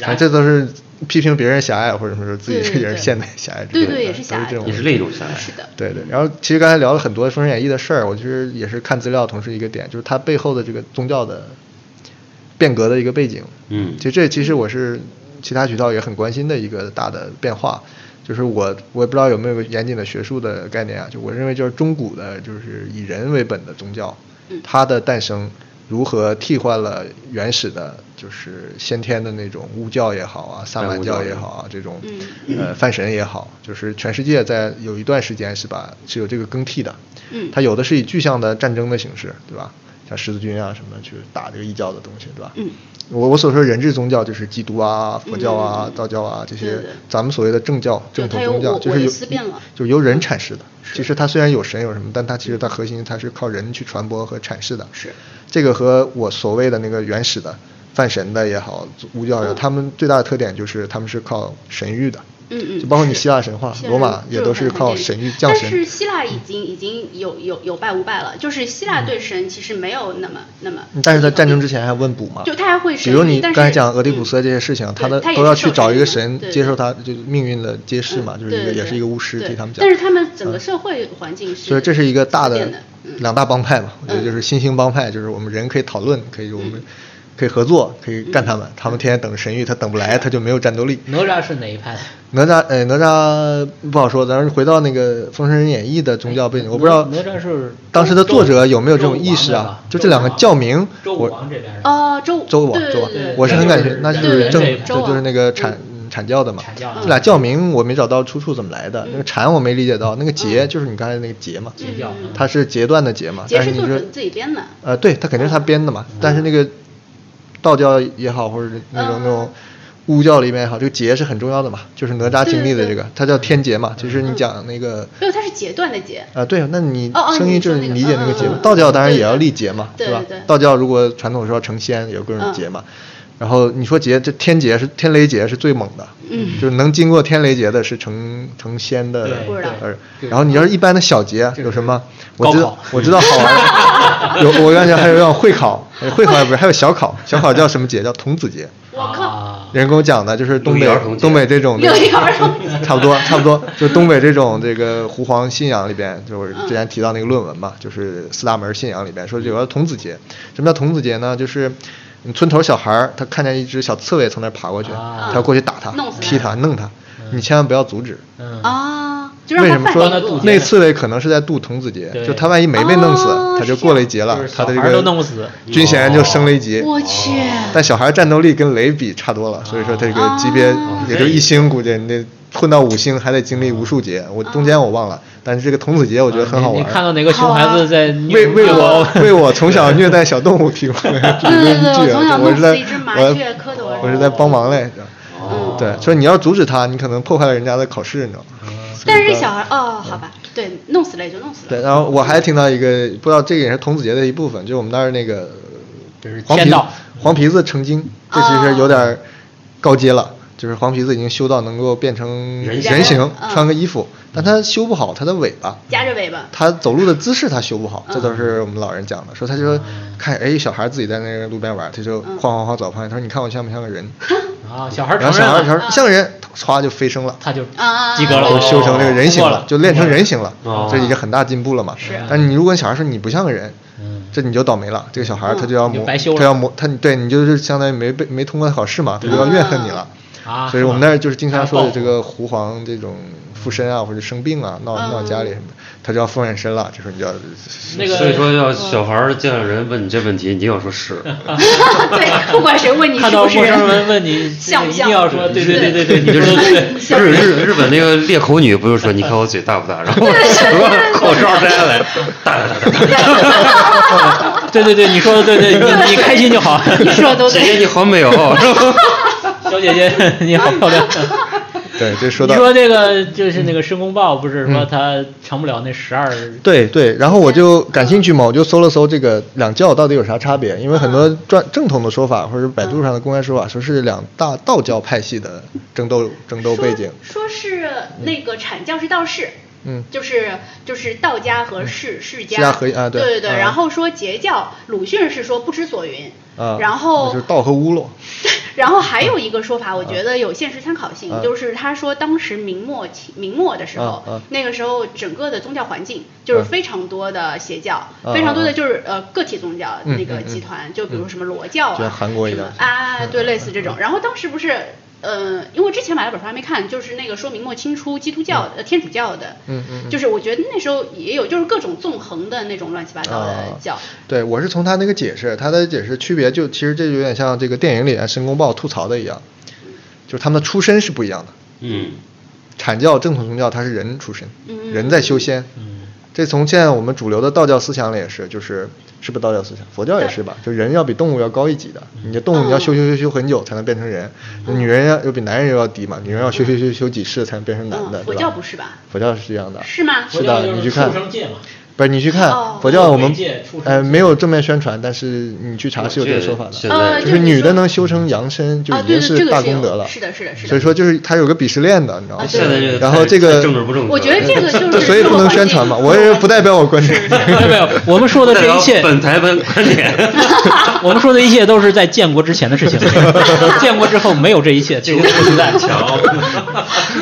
反正这都是批评别人狭隘，或者什么说自己 [laughs] 这个人现代狭隘之类的，对对也都是是狭隘这种也是另一种下来。是的，对对，然后其实刚才聊了很多《封神演义》的事儿，我其实也是看资料，同时一个点就是它背后的这个宗教的变革的一个背景。嗯其实这其实我是其他渠道也很关心的一个大的变化，就是我我也不知道有没有严谨的学术的概念啊，就我认为就是中古的，就是以人为本的宗教嗯，它的诞生如何替换了原始的，就是先天的那种巫教也好啊，萨满教也好啊，这种呃泛神也好，就是全世界在有一段时间是把是有这个更替的，嗯它有的是以具象的战争的形式，对吧？像十字军啊什么去打这个异教的东西，对吧？嗯，我我所说的人质宗教就是基督啊、佛教啊、道教啊这对些对咱们所谓的正教、就正它统有宗教，我就我是的由思辨了就由人阐释的。其实它虽然有神有什么，但它其实它核心它是靠人去传播和阐释的。是这个和我所谓的那个原始的泛神的也好，巫教嗯也好，他们最大的特点就是他们是靠神域的。嗯嗯就包括你希腊神话希、腊罗马人也都这种是很靠很神域典型降神。但是希腊已经已经有有有拜无拜了，就是希腊对神其实没有那么那么。嗯但是在战争之前还问卜嘛？就他还会比神如谕你但刚是才讲俄狄浦斯这些事情，嗯他的对他也都要是去受找一个神神谕的对接受他就是命运的揭示嘛，就是一个嗯对也对是一个巫师对替他们讲。嗯但是他们整个社会环境是，所以这是一个大的嗯的，两大帮派嘛，我觉得就是新兴帮派，就是我们人可以讨论，可以我嗯们可以合作，可以干他们，他们天天等神谕，他等不啊来，他就没有战斗力。哪吒是哪一派的？哪吒，呃，哪吒不好说，咱们回到那个《封神演义》的宗教背景，我不知道哪哪吒是当时的周作者有没有这种意识周武王的啊吧？就这两个教名，周武我王这边的哦，周周武王啊对，周武王对对，我是很感觉，那那就就是是正，对这对周就是王那个阐阐教的嘛阐教。的嗯这俩教名我没找到出处怎么来的，那个阐我没理解到，那个节就是你刚才那个节嘛，截教，它是截断的截嘛。杰啊但是是你作说者，自己编的，呃，对，它肯定是他编的嘛。但是那个道教也好，或者是那种那种巫教里面也好，这个节是很重要的嘛，就是哪吒经历的这个，它叫天劫嘛，就是你讲那个。没有，它是截断的截。啊，对，那你哦哦声你音就说是那你个理解那个嗯节嘛嗯嗯道教当然也要对立节嘛，对吧对？嗯道教如果传统说要成仙，有各种节嘛。然后你说节，这天劫是天雷劫是最猛的，嗯，就是能经过天雷劫的是成成仙的对不知道人。然后你要是一般的小节有什么？我知高道考我知道好 [laughs] 玩的，有我感觉还有让会考，哎会考也不是，还有小考，小考叫什么节？叫童子节。我靠，啊，有人跟我讲的就是东六一儿北童节东北这种的六一儿童节 [laughs] 差不多，差不多，就东北这种这个胡黄信仰里边，就是之前提到那个论文嘛，就是四大门信仰里边说有个童子节。什么叫童子节呢？就是你村头小孩儿他看见一只小刺猬从那儿爬过去，啊他要过去打它弄死、它踢它、弄它，你千万不要阻止。嗯，啊，就让为他什么犯说这个渡劫那刺猬可能是在渡童子节？对就他万一没被弄死哦，他就是过了一劫了就是，他的这小孩儿个都弄不死军衔就升了一级。我去，但小孩战斗力跟雷比差多了，所以说他这哦个级别哦也就一星，估计你得混到五星还得经历无数节。哦我中间我忘了，但是这个童子节我觉得很好哦你玩你看儿。到哪个熊孩子在为虐为虐我狗为我从小虐待小动物提供了这个对工对具对我从啊，小我是弄在死一只麻我雀蝌蚪我是在帮忙嘞。嗯对，所以你要阻止他，你可能破坏了人家的考试，你知道吗？但是这小孩哦，好吧，对，弄死了也就弄死嗯对，了。然后我还听到一个，不知道这个也是童子节的一部分，就是我们那儿那个就是黄皮天子道黄皮子成精，这其实有点儿高阶了，就是黄皮子已经修到能够变成人形人形，嗯穿个衣服，但他修不好他的尾巴。夹着尾巴，他走路的姿势他修不好，这都是我们老人讲的。说他就嗯看哎，小孩自己在那个路边玩，他就晃晃晃走旁边，他说你看我像不像个人？啊，小孩儿然承后小认孩他了，说像个人，唰就飞升了。他就啊及格了，就修成这个人形过哦嗯了，就练成人形了，这已经很大进步了嘛。但你如果小孩说你不像个人，这你就倒霉了，这个小孩儿他就要嗯你就磨，白修了他要磨，他对你就是相当于没被没通过考试嘛，他就要怨恨你了。嗯啊所以我们那儿就是经常说的这还个狐黄这种附身啊，或者生病啊，闹闹家里什么，他就要附上身了，这时候你就要那个所以说，要小孩儿见了人问你这问题，你一定要说是。 [laughs] 嗯对，不管谁 [laughs] 问你看是到不陌是生人人，问你，像不一像定要说对对对对对，你就说是的对。 [laughs] 日日日本那个裂口女不就说你看我嘴大不大，然后口罩摘下来，大大大大大，对对对，你说的对对，你你开心就好。 [laughs] 你说的都姐姐对。你好美哦，是吧？小姐姐，你好漂亮。对，这说你到 [laughs] 说嗯这个就是那个申公豹，不是说他成不了那十二？对对，然后我就感兴趣嘛，我就搜了搜这个两教到底有啥差别，因为很多嗯传正统的说法或者百度上的公开说法，说是两大道教派系的争斗争斗背景。说是那个阐教是道士，嗯，就是就是道家和世世世家家合一啊对对对，嗯然后说截教，鲁迅是说不知所云，啊，然后那就是道和乌喽， [laughs] 然后还有一个说法，我觉得有现实参考性，啊就是他说当时明末起明末的时候，啊啊那个时候整个的宗教环境就是嗯非常多的邪教，啊非常多的就是呃个体宗教嗯那个集团，就比如什么罗教啊，就像韩国一样什么啊，对，类似这种。然后当时不是。呃，因为我之前买了本书还没看，就是那个说明末清初基督教的、呃天主教的，嗯嗯嗯就是我觉得那时候也有，就是各种纵横的那种乱七八糟的啊教，对，我是从他那个解释，他的解释区别就其实这有点像这个电影里面申公豹吐槽的一样，就是他们的出身是不一样的。嗯，阐教正统宗教它是人出身，嗯人在修仙。嗯这从现在我们主流的道教思想里也是，就是是不是道教思想？佛教也是吧？就人要比动物要高一级的，你的动物你要修修修修很久才能变成人，女人要要比男人要低嘛，女人要修修修修几世才能变成男的，嗯对佛吧教不是吧？佛教是这样的，是吗？是的，就是你去看畜生界嘛，不是你去看哦佛教，我们媒介畜生呃界没有正面宣传，但是你去查是有这个说法的。现呃在就是女的能修成阳身，就啊已对经对这个大是有功德了。是的是的是的所以说，就是它有个鄙视链的，你知道吗啊？对现在这个然后太这个太政治不正确我 [laughs] 觉得这个 [laughs] 就对，是所以不能宣传嘛。我也不代表我观点。 [laughs] [laughs] 没有没有，我们说的代这表一切，本台本观点， [laughs] 我们说的一切都是在建国之前的事 [laughs] 情，建国之后没有这一切，这个不存在。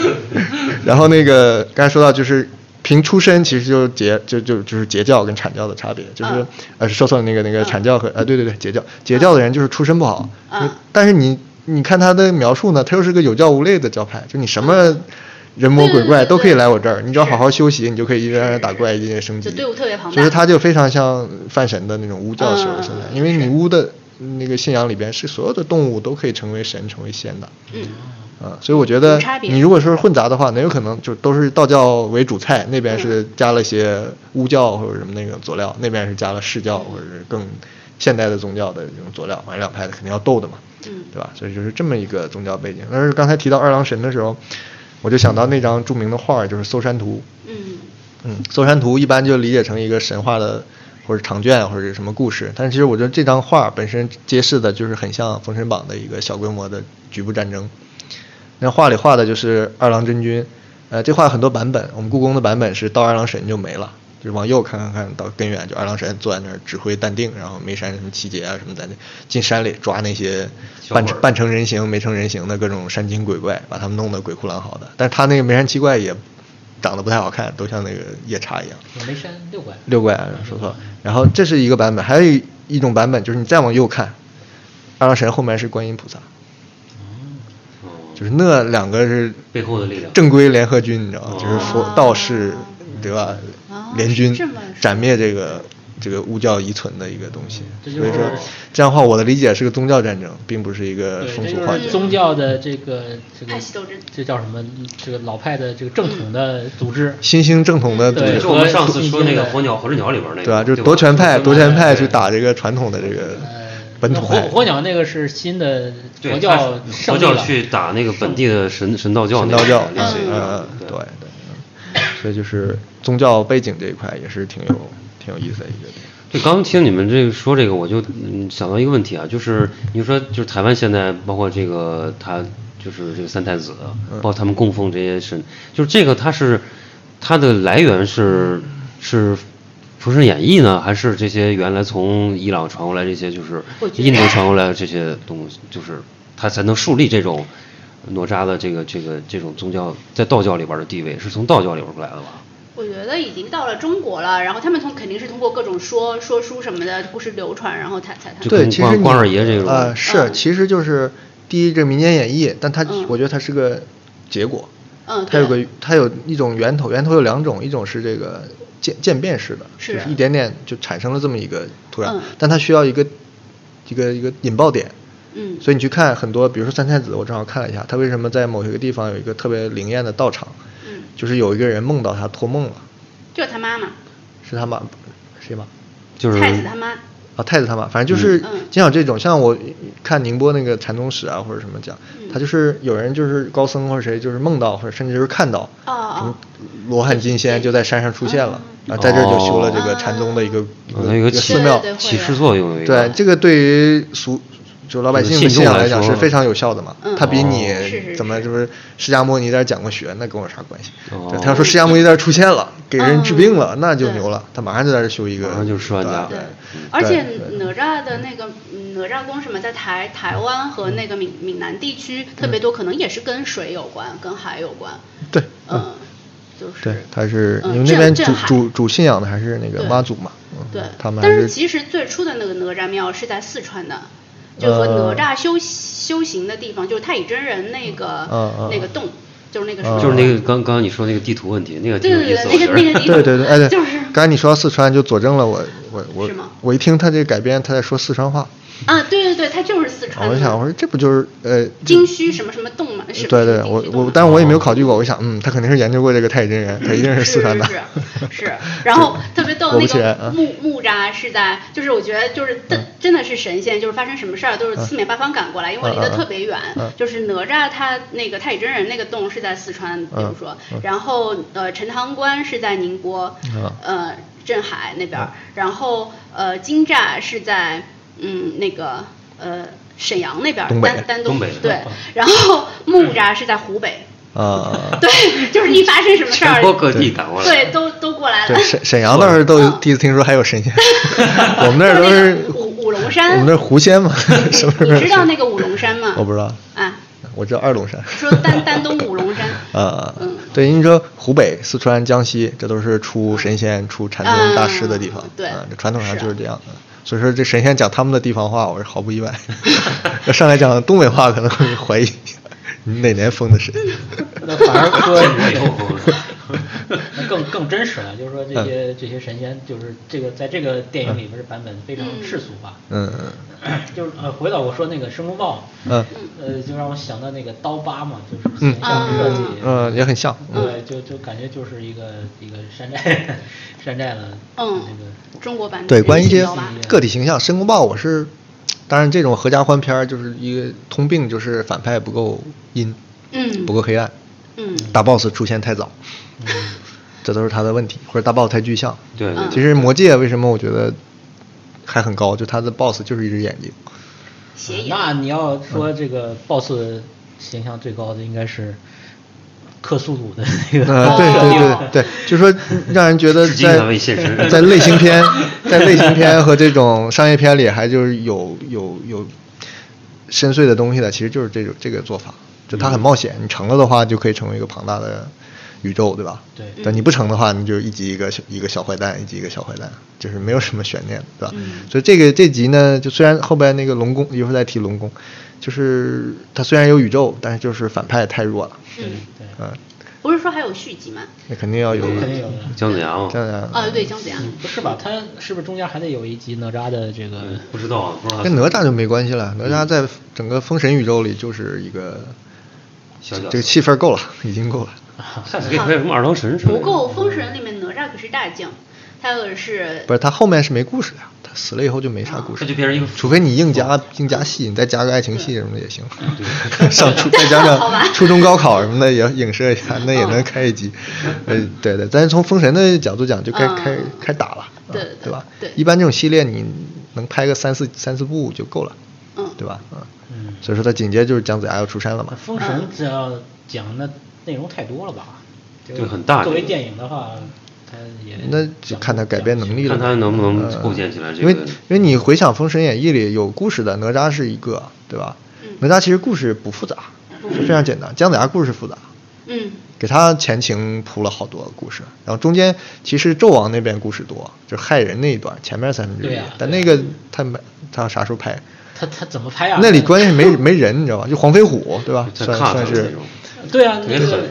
[laughs] 然后那个刚才说到就是。凭出身其实就是截就就就是截教跟阐教的差别，就是、嗯呃说错了那个那个阐教和呃对对对截教截教的人就是出身不好，嗯但是你你看他的描述呢，他又是个有教无类的教派，就你什么人魔鬼怪嗯对对对对都可以来我这儿，你只要好好修习，你就可以一直让人打怪，一直升级。就队伍特别庞大就是他就非常像泛神的那种巫教修的嗯现在，因为女巫的那个信仰里边是所有的动物都可以成为神成为仙的。嗯，啊，所以我觉得有差别你如果说是混杂的话，很有可能就都是道教为主菜，那嗯边是加了一些巫教或者什么那个佐料，那边是加了释教嗯或者是更现代的宗教的这种佐料，反正两派肯定要斗的嘛，嗯对吧？所以就是这么一个宗教背景。但是刚才提到二郎神的时候，我就想到那张著名的画儿，就是《搜山图》。嗯嗯，《搜山图》一般就理解成一个神话的或者长卷或者什么故事，但是其实我觉得这张画本身揭示的就是很像《封神榜》的一个小规模的局部战争。那画里画的就是二郎真君，呃，这画有很多版本，我们故宫的版本是到二郎神就没了。就是往右看看看到根源，就二郎神坐在那儿指挥淡定，然后眉山什么七杰啊什么在那进山里抓那些小半鬼儿半成人形没成人形的各种山精鬼怪，把他们弄得鬼哭狼嚎的。但是他那个眉山七怪也长得不太好看，都像那个夜叉一样。眉山六怪，六怪啊说错了。然后这是一个版本，还有一一种版本就是你再往右看，二郎神后面是观音菩萨，就是那两个是背后的力量。正规联合军，你知道吗？就是佛哦道士对吧哦？联军这么说斩灭这个这个巫教遗存的一个东西。这所就是以说这样的话，我的理解是个宗教战争，并不是一个对，风呃这俗就化是解。宗教的这个这派个系斗争嗯这叫什么？这个老派的这个正统的组织，新兴正统的组对织就是我们上次说那个火鸟火之鸟里边那个，对吧？啊就是吧夺权派，夺权派去打这个传统的这个本土火派。火鸟那个是新的对佛他教佛胜利教了去打那个本地的神神道教神那个，道教，类似于嗯那种嗯，对对，嗯所以就是宗教背景这一块也是挺有挺有意思的一个点。对，刚听你们这个说这个，我就嗯想到一个问题啊，就是你说就是台湾现在包括这个他就是这个三太子，啊嗯包括他们供奉这些神，就是这个它是它的来源是是《封神演义》呢，还是这些原来从伊朗传过来这些就是我觉得印度传过来这些东西，就是它才能树立这种哪吒的这个这个这种宗教在道教里边的地位，是从道教里边过来的吧？我觉得已经到了中国了，然后他们从肯定是通过各种说说书什么的故事流传，然后才才就对，跟其关实你关二爷这种呃是，嗯其实就是第一这民间演绎，但它嗯我觉得它是个结果，嗯，它有个对它有一种源头，源头有两种，一种是这个渐渐变式的，是就是一点点就产生了这么一个土壤嗯，但它需要一个一个一个引爆点。嗯，所以你去看很多，比如说三太子，我正好看了一下，他为什么在某一个地方有一个特别灵验的道场，嗯就是有一个人梦到他托梦了，就是他妈妈，是他妈谁妈？就是太子他妈，啊，太子他妈，反正就是嗯经常有这种，像我看宁波那个禅宗史啊，或者什么讲，嗯他就是有人就是高僧或者谁就是梦到，或者甚至就是看到，哦嗯什么哦罗汉金仙就在山上出现了，啊，在这儿就修了这个禅宗的一个一哦个它有一个个起寺庙，对对起始作用有一个对，这个对于俗就老百姓信的众信仰来来讲说是非常有效的嘛。嗯他比是是你是怎么就是释迦牟尼在这儿讲过学，那跟我有啥关系？哦对，他要说释迦牟尼在这儿出现了，给哦人治病了，那就牛了，他马上就在这儿修一个，马上就十万对加对而对且对哪吒的那个嗯哪吒宫什么，在台台湾和那个闽闽南地区特别多，嗯可能也是跟水有关，跟海有关。对嗯，就是对，他是嗯因为那边镇主镇海主主信仰的还是那个对妈祖嘛，嗯对，他们还但是是其实最初的那个哪吒庙是在四川的，就是说呃哪吒修修行的地方，就是太乙真人那个、嗯嗯那个洞，就是那个什么，就是那个刚刚你说那个地图问题，那个挺对有对意对思，那个我觉得那个地 [laughs] 对方，对对，哎对，就是刚才你说到四川，就佐证了我我我是吗我一听他这个改编，他在说四川话，啊，对对对，它就是四川哦我的。就想我说这不就是呃金虚什么什么洞嘛，是哦对对，我我，但我也没有考据过。我想，嗯，他肯定是研究过这个太乙真人，他一定 [laughs] 是是啊四川的。是是是，然后特别逗，果那不其嗯然个啊木木吒是在，就是我觉得就是真真的是神仙，就是发生什么事儿都是四面八方赶过来，因为离得特别远嗯嗯嗯。就是哪吒他那个太乙真人那个洞是在四嗯川，比如说，然后呃陈塘关是在宁波嗯，呃镇海那边儿，然后呃金吒是在嗯那个呃沈阳那边儿，东北丹丹东北嗯对，然后木吒是在湖北。 [laughs] 啊，对，就是一发生什么事儿，全国各地赶过来对，都都过来了对。 [laughs] 沈沈阳倒是都有第一次听说还有神仙，我们那儿都嗯就是那个五五龙我山们那，儿狐仙嘛， [laughs] 什么时你候知道那个五龙山吗？我不知道，啊，我知道二龙 [laughs] 山。说丹丹东五龙山。啊嗯，对，您说湖北、四川、江西，这都是出神仙、出禅宗大师的地方嗯。对啊这传统上是就是这样的。所以说，这神仙讲他们的地方话，我是毫不意外。 [laughs] 要上来讲东北话，可能会怀疑一下你哪年封的 [laughs] 神。那 [laughs] 反而说有 [laughs] 那更更真实了，就是说这些、嗯这些神仙，就是这个在这个电影里边的版本非常嗯世俗化。嗯嗯就是呃，回到我说那个申公豹，嗯呃，就让我想到那个刀疤嘛，就是形象设计，嗯，也很像。嗯对，就就感觉就是一个一个山寨山寨的嗯那中国版的对，关于一些刀疤个体形象，申公豹，我是，当然这种合家欢片儿就是一个通病，就是反派不够阴，嗯不够黑暗，嗯大 boss 出现太早， [laughs] 这都是他的问题，或者大 boss 太具象。对对其实魔戒为什么我觉得还很高，就他的 boss 就是一只眼睛，斜个，眼呃那你要说这个 BOSS 形象最高的应该是克苏鲁的那个，呃，对对对对，就说让人觉得至今还未现在实 [laughs] 在类型片、在类型片和这种商业片里，还就是有有有深邃的东西的，其实就是这种这个做法，就它很冒险，你成了的话就可以成为一个庞大的宇宙，对吧？对但你不成的话，你就一集一个小一个小坏蛋，一集一个小坏蛋，就是没有什么悬念，对吧？所以这个这集呢，就虽然后边那个龙宫一会儿再提龙宫，就是它虽然有宇宙，但是就是反派太弱了，对对，嗯，不是说还有续集吗？那肯定要有肯定有的。姜子牙嘛，当然，哦，对，姜子牙。嗯不是吧？他是不是中间还得有一集哪吒的这个？不知道啊不知道跟哪吒就没关系了。哪吒在整个封神宇宙里就是一个，啊小角这个气氛够了，已经够了。下次可以拍什么二郎神什么不的够，《封神》里面哪吒可是大将，他可是不是他后面是没故事的呀，他死了以后就没啥故这事就，变成一个除非你硬加硬加戏，你再加个爱情戏什么的也行。 [laughs] 上初再加上初中高考什么的也影射一下，那哦也能开一集。呃，对对，但是从封神的角度讲，就该嗯开开打了，啊对对对吧？对一般这种系列你能拍个三四三四部就够了，嗯对吧？嗯。嗯，所以说他紧接着就是姜子牙要出山了嘛那，呃封嗯神只要讲的内容太多了吧？就对很大作为这个电影的话，它也那就看他改编能力了看嘛。他能不能构建起来这因为个因为你回想《封神演义》里有故事的哪嗯吒是一个，对吧？哪吒其实故事不复杂，非常简单。姜子牙故事复杂，嗯给他前情铺了好多故事，然后中间其实纣王那边故事多，就是害人那一段，前面三分之一对啊呀，但那个他没他啥时候拍？他他怎么拍啊？那里关键 [laughs] 没没人，你知道吧？就黄飞虎，对吧？在算看算是，对啊，没这准个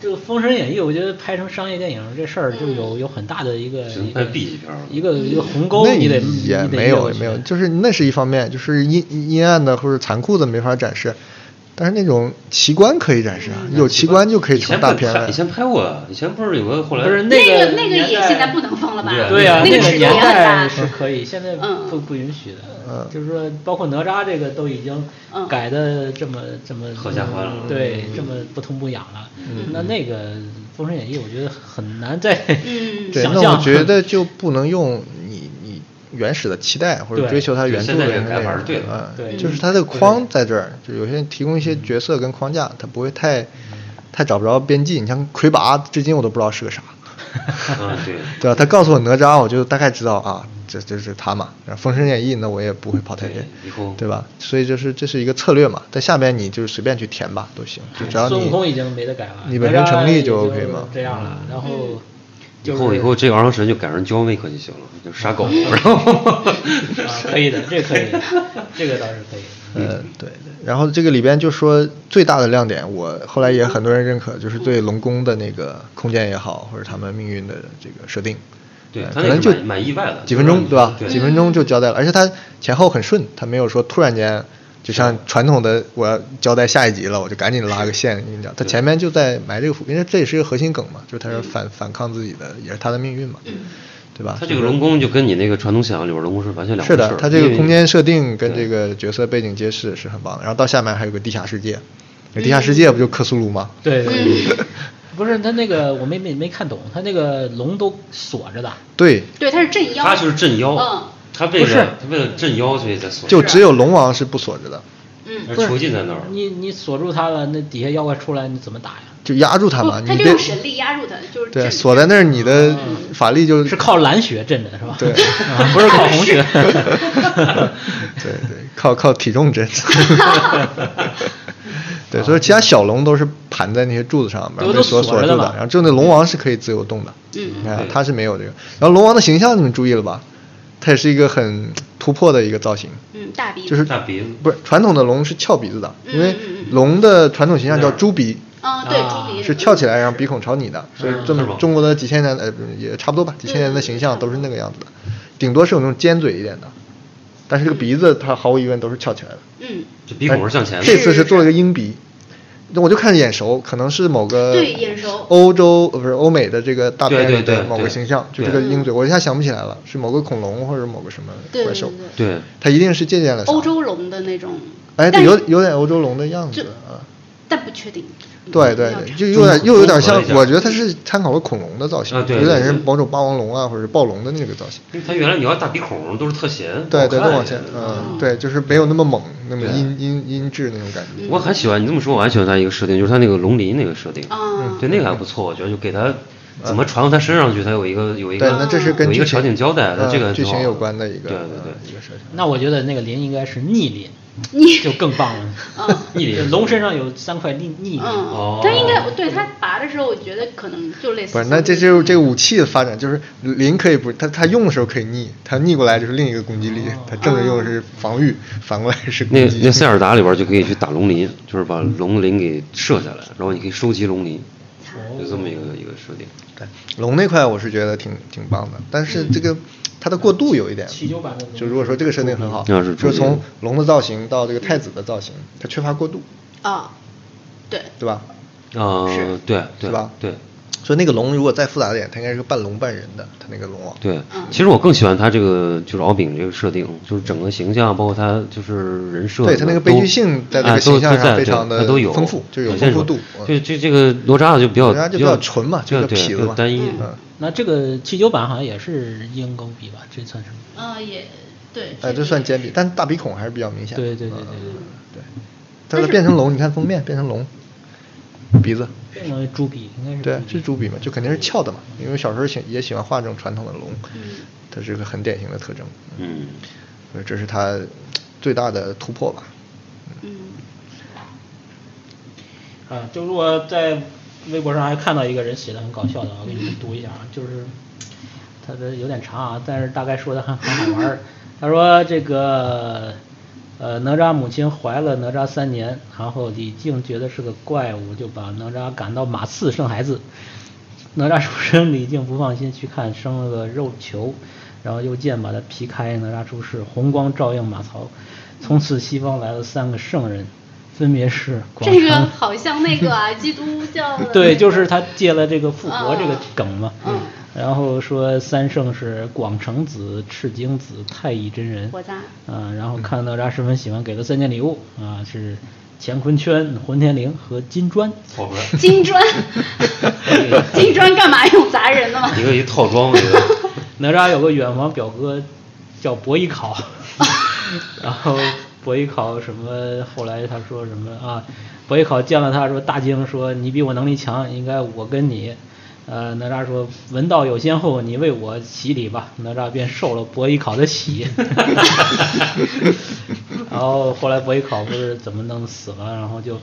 这个《封神演义》，我觉得拍成商业电影这事儿就有有很大的一个只能一拍个 B 级片儿了一个一个鸿沟，那你得也你得没有越过也没有，去就是那是一方面，就是阴阴暗的或者残酷的没法展示，但是那种奇观可以展示啊，嗯有奇观就可以成大片了以。前拍过啊，以前不是有个后来不是那个那个年也代现在不能放了吧？对呀、啊那个个尺度也年很代大。是可以，现在嗯不不允许的。嗯就是说，包括哪吒这个都已经嗯改的这么这么合家欢了嗯对，这么不痛不痒了。那那个《封神演义》，我觉得很难再嗯对，想那我象。觉得就不能用你你原始的期待或者对追求它原著现的在这个那改法是种对的，对嗯嗯，就是它的框在这儿，就有些提供一些角色跟框架，它不会太太找不着边际。你像魁拔，至今我都不知道是个 [laughs] 啥，嗯，对， [laughs] 对啊吧？他告诉我哪吒，我就大概知道啊，这这是他嘛。然后《封神演义》那我也不会跑太远对以后，对吧？所以就是这是一个策略嘛，但下边你就是随便去填吧，都行，就只要孙悟空已你经没得改了，你本身成哪吒立也就就 OK 嘛嗯这样了，然后以就后是以后这个二郎神就改成焦妹可就行了，就杀狗，然 [laughs] 后啊，可以的，这个可以的，这个倒是可以的。呃对。然后这个里边就说最大的亮点，我后来也很多人认可，就是对龙宫的那个空间也好，或者他们命运的这个设定，对呃他可那能个就蛮蛮意外的几分钟就对让吧你？对几分钟就交代了，而且他前后很顺，他没有说突然间。就像传统的，我要交代下一集了，我就赶紧拉个线给你讲。他前面就在埋这个伏，因为这也是个核心梗嘛，就是嗯他是反反抗自己的，也是他的命运嘛，嗯对吧？他这个龙宫就跟你那个传统想象里边龙宫是完全两回是事儿的，它这因个为空间设定跟这个角色背景揭示是很棒的。然后到下面还有个地下世界，那地下嗯世界不就克苏鲁吗？对对对，不是他那个我没没没看懂，他那个龙都锁着的。对，对，他是镇妖，他就是镇妖，嗯他为不是了他为了镇妖，所以才锁，就只有龙王是不锁着的，嗯，而不是囚禁在那儿。你你锁住他了，那底下妖怪出来，你怎么打呀？就压住他嘛。不，他你就别用神力压住他，就是对镇锁在那儿，你的嗯法力就是靠蓝学镇的是吧？对啊不是靠红学。 [laughs] 对对，靠靠体重针。 [laughs] 对，所以哦其他小龙都是盘在那些柱子上，然后都被锁锁锁着住的的嘛。然后就那龙王是可以自由动的，嗯你看他是没有这个。然后龙王的形象你们注意了吧？他也是一个很突破的一个造型，嗯，大鼻子就是大鼻子不是传统的龙是翘鼻子的，因为嗯嗯嗯龙的传统形象叫猪鼻，嗯，对，啊猪鼻是翘起来然后鼻孔朝你的，所以这嗯是么吗中国的几千年呃也差不多吧，几千年的形象都是那个样子的，顶多是有那种尖嘴一点的，但是这个鼻子它毫无疑问都是翘起来的。嗯，这鼻孔是向前的，这次是做了个鹰鼻，那我就看着眼熟，可能是某个对眼熟欧洲呃不是欧美的这个大片对里对对的某个对形象，就对这个鹰嘴，我一下想不起来了，是某个恐龙或者某个什么对怪对兽，对，对，它一定是借鉴了啥欧洲龙的那种，哎，对，但是有有点欧洲龙的样子就啊。但不确定，对对要对，查就有点又有点像综合一，下我觉得它是参考了恐龙的造型，啊对有点对是对某种霸王龙啊，或者是暴龙的那个造型。因为他原来你要大鼻孔都是特写，对对，好看更往前，啊嗯，对，就是没有那么猛，那么阴阴阴质那种感觉。我很喜欢你这么说，我还喜欢他一个设定，就是他那个龙鳞那个设定，哦嗯对那个还不错，我觉得就给他怎么传到他身上去，他有一个有一嗯对，个那这是跟有一个剧情场景交代，那嗯这个还剧挺好情有关的一个对呃对一个设定。 [laughs] 那我觉得那个鳞应该是逆鳞，逆就更棒了。嗯逆鳞龙身上有三块逆逆鳞。哦嗯，但应该对他拔的时候，我觉得可能就类似不于，是，那这就是这个武器的发展，就是零可以不，它它用的时候可以逆，它逆过来就是另一个攻击力，它正着用是防御，反过来是哦那攻击。那塞尔达里边就可以去打龙鳞，就是把龙鳞给射下来，然后你可以收集龙鳞，哦就这么一个一个设定。对龙那块我是觉得挺挺棒的，但是这个它的过渡有一点，七九版的龙就如果说这个设定很好，那是就主从力龙的造型到这个太子的造型，它缺乏过渡，啊，对，对吧？啊、是对是对吧对所以那个龙如果再复杂一点，它应该是个半龙半人的，它那个龙王。啊对，其实我更喜欢他这个就是敖丙这个设定，就是整个形象，包括他就是人设，对他那个都悲剧性在那哎个都形象都在上非对常地它都有丰富就有表现丰富出度嗯就就这个哪吒就比较哪吒就比较纯嘛就对对是个痞子比较嘛单一。嗯，那这个七九版好像也是鹰钩鼻吧？这算是吗？嗯也对，哎，这算尖鼻，但是大鼻孔还是比较明显的。对对对对嗯对对，它的变成龙，你看封面变成龙，鼻子，变成猪鼻应该是。对，是猪鼻嘛，就肯定是翘的嘛，因为小时候喜也喜欢画这种传统的龙，它是个很典型的特征，嗯，所以这是它最大的突破吧。嗯啊，就如果在微博上还看到一个人写的很搞笑的，我给你们读一下啊，就是他的有点长啊，但是大概说的很很好玩儿。他说这个呃哪吒母亲怀了哪吒三年，然后李靖觉得是个怪物，就把哪吒赶到马刺生孩子。哪吒出生，李靖不放心去看，生了个肉球，然后又剑把他劈开，哪吒出世，红光照映马槽。从此西方来了三个圣人，分别是广这个成好像那 [laughs] 个啊，基督 [laughs] 教的那对，个就是他借了这个复活这个梗嘛。嗯然后说三圣是广成子、赤精子、太乙真人。我在啊，然后看到哪吒十分喜欢，给了三件礼物啊，是乾坤圈、混天绫和金砖。我不 [laughs] [laughs] 金砖，金砖干嘛用砸人 [laughs] 的嘛？一个一套装，我觉得。哪吒有个远房表哥叫伯邑考，然后伯邑考什么？后来他说什么啊？伯邑考见了他说：“大惊说你比我能力强，应该我跟你。”呃，哪吒说：“文道有先后，你为我洗礼吧。”哪吒便受了伯邑考的洗。然后后来伯邑考不是怎么弄死了，然后就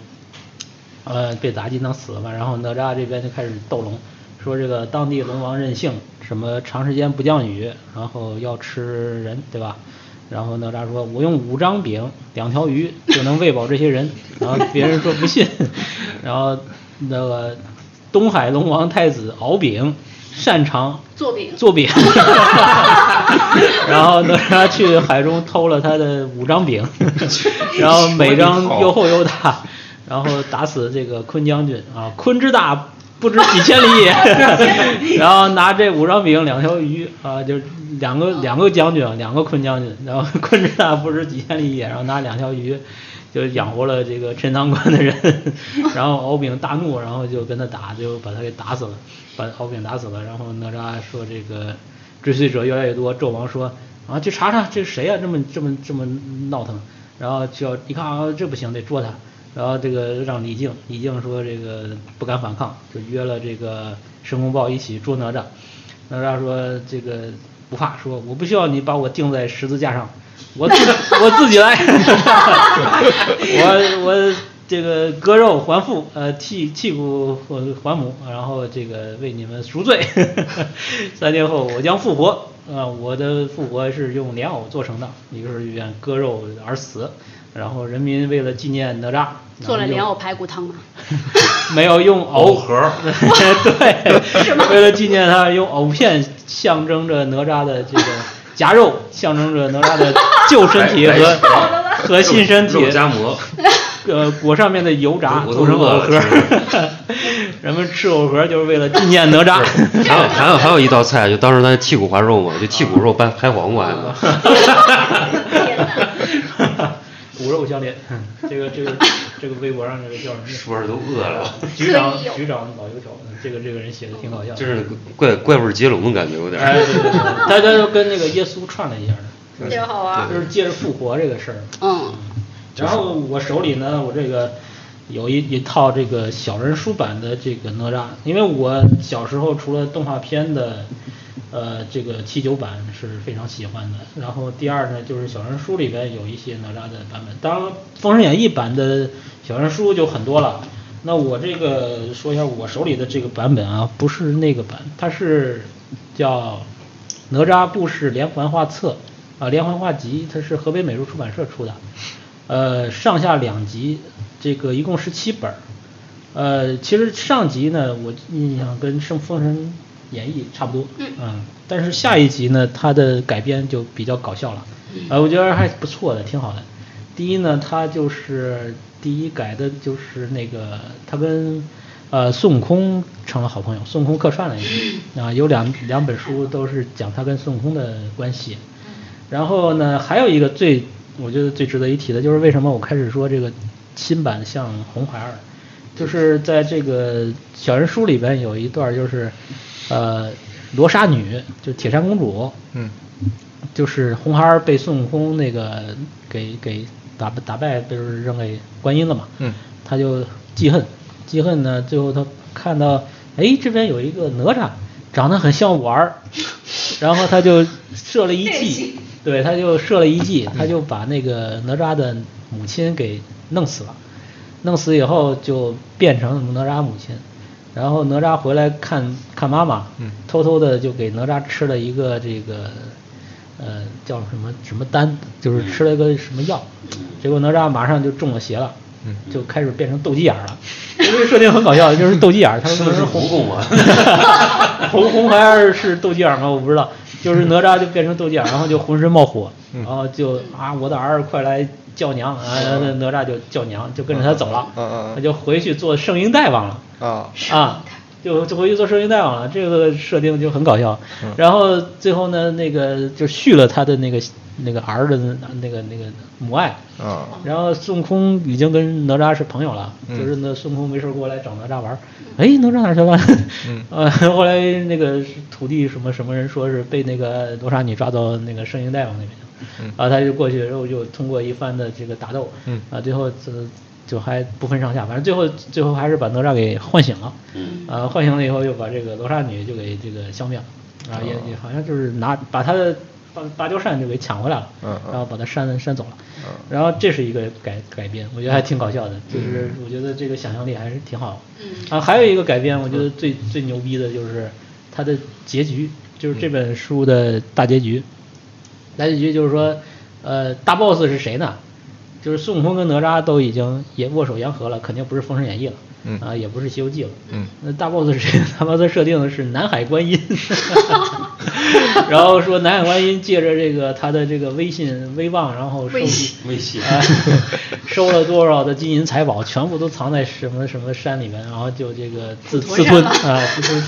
呃，被妲己弄死了嘛。然后哪吒这边就开始斗龙，说这个当地龙王任性，什么长时间不降雨，然后要吃人，对吧？然后哪吒说：“我用五张饼、两条鱼就能喂饱这些人。”然后别人说不信， [laughs] 然后那个东海龙王太子敖丙擅长做饼做饼， [laughs] 然后哪吒去海中偷了他的五张饼，然后每张又厚又大，然后打死这个坤将军啊，坤之大不知几千里也，然后拿这五张饼两条鱼啊，就是两个两个将军啊，两个坤将军，然后坤之大不知几千里也，然后拿两条鱼。就养活了这个陈塘关的人， [laughs] 然后敖丙大怒，然后就跟他打，就把他给打死了，把敖丙打死了。然后哪吒说这个追随者越来越多，纣王说啊去查查这谁呀、这么这么这么闹腾，然后就要一看啊这不行得捉他，然后这个让李靖，李靖说这个不敢反抗，就约了这个申公豹一起捉哪吒。哪吒说这个不怕，说我不需要你把我钉在十字架上，我 [laughs] 自我自己来，我我这个割肉还父，呃，剔剔骨还还母，然后这个为你们赎罪。 [laughs] 三天后我将复活，啊、我的复活是用莲藕做成的，一个是愿割肉而死，然后人民为了纪念哪吒，做了莲莲藕排骨汤嘛？没有用藕藕盒儿对，为了纪念他，用藕片象征着哪吒的这个夹肉，象征着哪吒 [laughs] 的旧身体白白和吃啊和新身体肉，夹馍，呃，裹上面的油炸我都做成饿藕了盒儿， [laughs] 人们吃藕盒儿就是为了纪念哪吒。还有还有还有一道菜，就当时咱剔骨滑肉嘛，就剔骨肉拌拍黄瓜嘛。天 [laughs] [laughs] 哪！骨肉相连，这个这个这个微博上这个叫什么？说着都饿了，局长最有局长老油条，这个这个人写的挺搞笑的。 [laughs] 就是怪怪味儿接龙的感觉有点哎，儿。对对对，他他就跟那个耶稣串了一下的，这个好玩儿。就是借着复活这个事儿。嗯，然后我手里呢，我这个有一一套这个小人书版的这个哪吒，因为我小时候除了动画片的，呃，这个七九版是非常喜欢的。然后第二呢，就是小人书里边有一些哪吒的版本，当然《封神演义》版的小人书就很多了。那我这个说一下我手里的这个版本啊，不是那个版，它是叫《哪吒故事连环画册》啊，连环画集，它是河北美术出版社出的，呃，上下两集，这个一共十七本儿。呃，其实上集呢，我印象跟《圣封神演义》差不多，啊嗯但是下一集呢，它的改编就比较搞笑了，呃，我觉得还不错的，挺好的。第一呢，它就是第一改的就是那个他跟呃孙悟空成了好朋友，孙悟空客串了一下啊、有两两本书都是讲他跟孙悟空的关系。然后呢，还有一个最我觉得最值得一提的就是为什么我开始说这个新版像红孩儿，就是在这个小人书里边有一段就是，呃，罗刹女就铁扇公主，嗯，就是红孩儿被孙悟空那个给给打打败，不是扔给观音了嘛？嗯，他就记恨，记恨呢，最后他看到，哎，这边有一个哪吒，长得很像我儿，然后他就设了一计，对，他就设了一计，他就把那个哪吒的母亲给弄死了，弄死以后就变成哪吒母亲，然后哪吒回来看看妈妈，嗯偷偷的就给哪吒吃了一个这个，呃，叫什么什么丹，就是吃了个什么药，结果哪吒马上就中了邪了，嗯就开始变成斗鸡眼儿了。这个设定很搞笑，就是斗鸡眼儿，他们吃的是红蜈蚣吗？ [laughs] 红红孩儿是斗鸡眼吗？我不知道，就是哪吒就变成斗鸡眼，然后就浑身冒火，嗯然后就啊，我的儿快来叫娘啊！那哪吒就叫娘，就跟着他走了，嗯嗯嗯他就回去做圣婴大王了啊，啊，就就回去做圣婴大王了。这个设定就很搞笑。嗯然后最后呢，那个就续了他的那个那个儿的那个那个母爱，啊，然后孙悟空已经跟哪吒是朋友了，嗯就是那孙悟空没事儿过来找哪吒玩儿，哎，哪吒哪儿去了？ [laughs] 嗯呃，后来那个土地什么什么人说是被那个罗刹女抓到那个圣婴大王那边去了，然后他就过去，然后就通过一番的这个打斗，嗯啊，最后就就还不分上下，反正最后最后还是把哪吒给唤醒了，嗯啊，唤醒了以后又把这个罗刹女就给这个消灭了，啊，哦也也好像就是拿把他的芭芭蕉扇就给抢回来了，啊嗯嗯然后把他扇扇走了嗯，然后这是一个改改编，我觉得还挺搞笑的，就是嗯我觉得这个想象力还是挺好。嗯啊，还有一个改编，我觉嗯得最最牛逼的就是它的结局，就是嗯这本书的大结局。大结局就是说，呃，大 boss 是谁呢？就是孙悟空跟哪吒都已经也握手言和了，肯定不是《封神演义》了，嗯啊，也不是《西游记》了，嗯那大 boss 是谁呢？大 boss 设定的是南海 [laughs] 观音， [laughs] 然后说南海观音借着这个他的这个威信威望，然后收威集信微信，收了多少的金银财宝，全部都藏在什么什么山里面，然后就这个自土自吞上了啊自吞。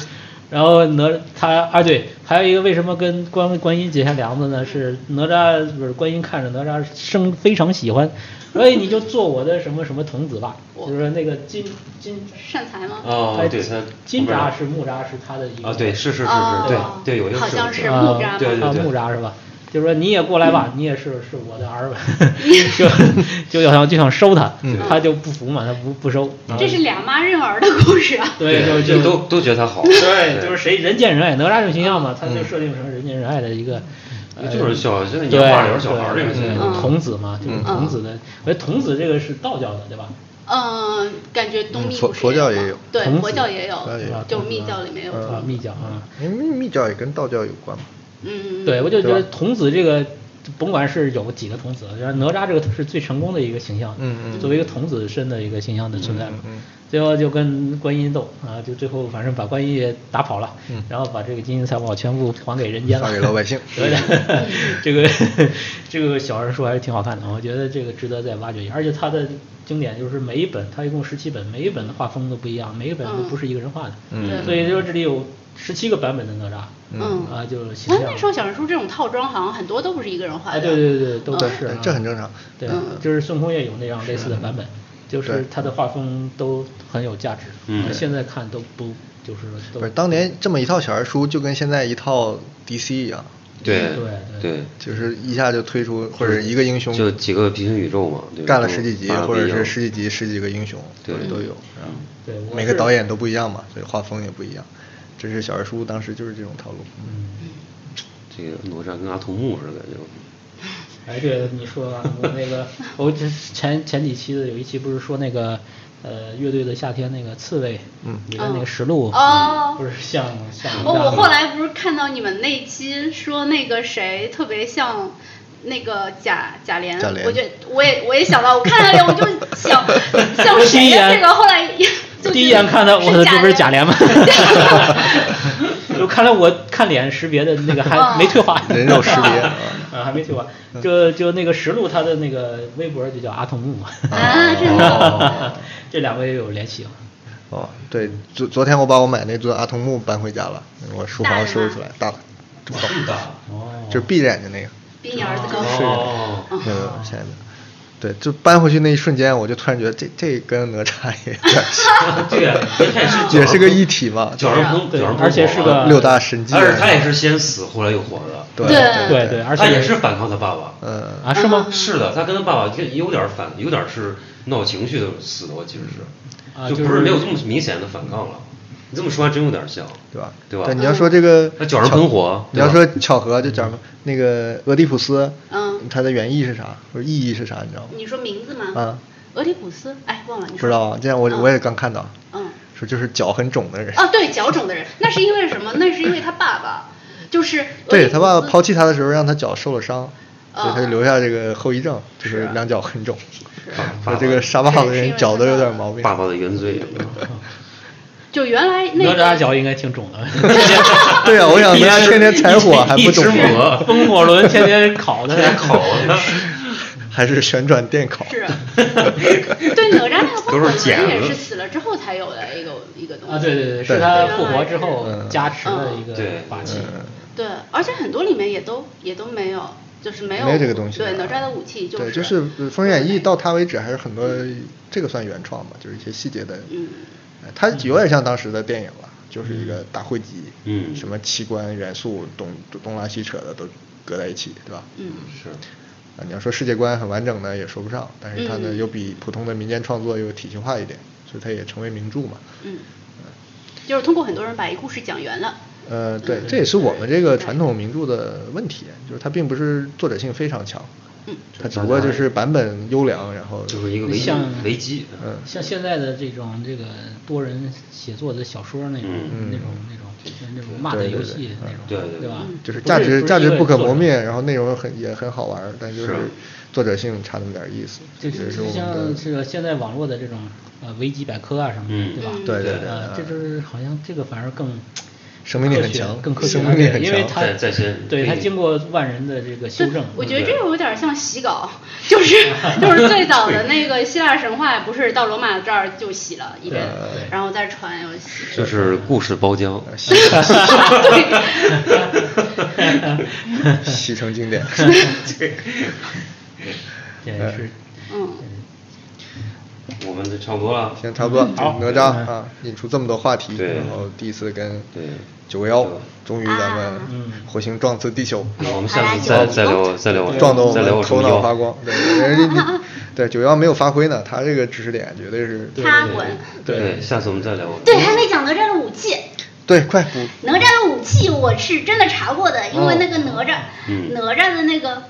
然后哪他啊对，还有一个为什么跟观观音结下梁子呢？是哪吒不是观音看着哪吒生非常喜欢，所以你就做我的什么什么童子吧，就是那个金金善财吗？哦哎，对，他金吒是木吒是他的一个啊，对，是是是哦是，对对，有一个好像是有一个木吒吧对对啊对，嗯木吒是吧？就是说你也过来吧，你也是是我的 [laughs] 儿吧，就就想就想收他，嗯他就不服嘛，他不不收。然后这是俩妈认儿的故事啊。对，就是就就都都觉得他好，对，就是谁人见人爱，哪吒这个形象嘛，他嗯就设定成人见人爱的一个，哎呃就是小现在对，年画流小孩儿这个对现对象，嗯童子嘛，就是童子嗯的，我觉得童子这个是道教的，对吧？嗯，感觉东嗯密佛不是佛教也有有嘛，对，孔佛子教也有佛教也嗯有，就孔子密啊教里面有。嗯啊，密教啊，因为密教也跟道教有关嘛，嗯，对，我就觉得对吧童子这个，甭管是有几个童子，然后哪吒这个是最成功的一个形象，嗯嗯作为一个童子身的一个形象的存在嘛。嗯嗯最后就跟观音斗啊，就最后反正把观音也打跑了，嗯然后把这个金银财宝全部还给人间了，发给老百姓对的， [laughs] 这个这个小人书还是挺好看的，我觉得这个值得再挖掘一下。而且它的经典就是每一本，它一共十七本，每一本的画风都不一样，每一本都嗯不是一个人画的，嗯所以就是这里有十七个版本的哪吒，嗯啊，就是形哎，象那时候小人书这种套装好像嗯很多都不是一个人画哎，的。对对对，都对是、啊，这很正常。对，就是孙悟空也有那样类似的版本，就是对他的画风都很有价值，嗯呃现在看都不就是都不是，当年这么一套小人书，就跟现在一套 DC 一样，对对对对，就是一下就推出或者一个英雄就几个平行宇宙嘛，对吧干了十几集，都或者是都十几集十几个英雄，对嗯都有。然后对我每个是导演都不一样嘛，所以画风也不一样。这是小人书当时就是这种套路。嗯这个哪吒跟阿童木似的感觉。 [laughs] 哎，对，你说啊，我那 [laughs] 个，我之前前几期的有一期不是说那个，呃，乐队的夏天那个刺猬，嗯里面那个石路，哦不是像像哪哦，吒吗我后来不是看到你们那一期说那个谁特别像那个贾贾琏，贾琏我觉得我也我也想到，我看到这我就 [laughs] 想像我第一谁呀、眼这个后来也就第一觉得眼看到我的这不是贾 [laughs] 琏吗？ [laughs] 就看来我看脸识别的那个还没退化，人肉识别嗯啊 [laughs] 啊，还没退化。就就那个石路，他的那个微博就叫阿童木嘛， [laughs] 啊，真的。这两个也有联系啊。哦，对，昨昨天我把我买那尊阿童木搬回家了，我书大房的收拾吗出来，大了，这么高，哦，就是闭着眼睛那个，比你儿子高。哦，那个现在的。对，就搬回去那一瞬间，我就突然觉得这这跟哪吒也有点 [laughs] 像对呀，你看 [laughs] 是也是个一体嘛，角人烹，对角人烹而且是个啊六大神技啊，而且他也是先死，后来又活的。对对对对，而且他哎也是反抗他爸爸。嗯，啊，是吗？是的，他跟他爸爸就有点反，有点是闹情绪的死的，我其实啊是，就不是是没有这么明显的反抗了。你这么说还真有点像，对吧？对吧？但你要说这个他脚上巧喷火你对要吧嗯说巧合，就讲那个俄狄浦斯，嗯它的原意是啥，或者意义是啥，你知道吗？你说名字吗？啊，俄狄浦斯，哎，忘了，你说不知道，啊，这样我我也刚看到，嗯，说就是脚很肿的人。啊，对脚肿的人，那是因为什么？那是因为他爸爸，就是 [laughs] 对俄狄他浦爸斯爸抛弃他的时候，让他脚受了伤，所以他就哦留下这个后遗症，就是啊两脚很肿。说这个沙巴是的是因人为脚都他有爸点爸毛病。爸爸的原 [laughs] 罪。就原来那哪个吒脚应该挺肿的，对 [laughs] 啊，我想一他直天天踩火还一不肿直吗，抹风火轮天天烤的，烤的，还是旋转电烤。 [laughs] 是，啊对哪吒那个都风是火假轮也的是死了之后才有的一个一个东 [laughs] 西啊，对对对，是对他复活之后嗯加持的一个对法器。对，而且很多里面也都也都没有，就是没有没有这个东西对，的哪啊吒的武器就对，是就是呃《封神演义》到他为止还是很多，这个算原创吧，就是一些细节的，嗯呃，它有点像当时的电影了，就是一个大汇集，嗯什么器官元素东东拉西扯的都搁在一起，对吧？嗯是，啊，你要说世界观很完整呢，也说不上，但是它呢嗯又比普通的民间创作又体系化一点，所以它也成为名著嘛。嗯，就是通过很多人把一故事讲圆了，呃，对，嗯这也是我们这个传统名著的问题，就是它并不是作者性非常强，嗯它只不过就是版本优良，然后就是一个你危机像危机。嗯像现在的这种这个多人写作的小说那种、嗯那种那种那种骂的游戏那种，对对对对吧？就是不价不值是价值因为不可作磨者灭，然后内容很也很好玩，但就是是作者性差那么点意思。就这是是就我像们这的个现在网络的这种呃维基百科啊什么的，嗯对吧？嗯对对对呃，这就是好像这个反而更生命力科很学强更科学生了，命力对很因为强它在在线对它对经过万人的这个修正，我觉得对这有点像洗稿，就是就是最早的那个希腊神话，不是到罗马这儿就洗了一遍，然后再传又洗。就是故事包浆，嗯西城经 [laughs] 典。这是嗯，我们就差不多了。行，差不多。哪吒啊，引出这么多话题，对然后第一次跟对九幺，终于咱啊嗯们火星撞次地球，那我们下次再再聊再聊我撞得我再聊们我头重脑腰发光。对，人家 [laughs] 你对九幺没有发挥呢，他这个知识点绝对是。他滚。对，下次我们再聊我。对，还没讲哪吒的武器。对，快补哪吒的武器我是真的查过哦的，因为那个哪吒，嗯哪哪吒的那个。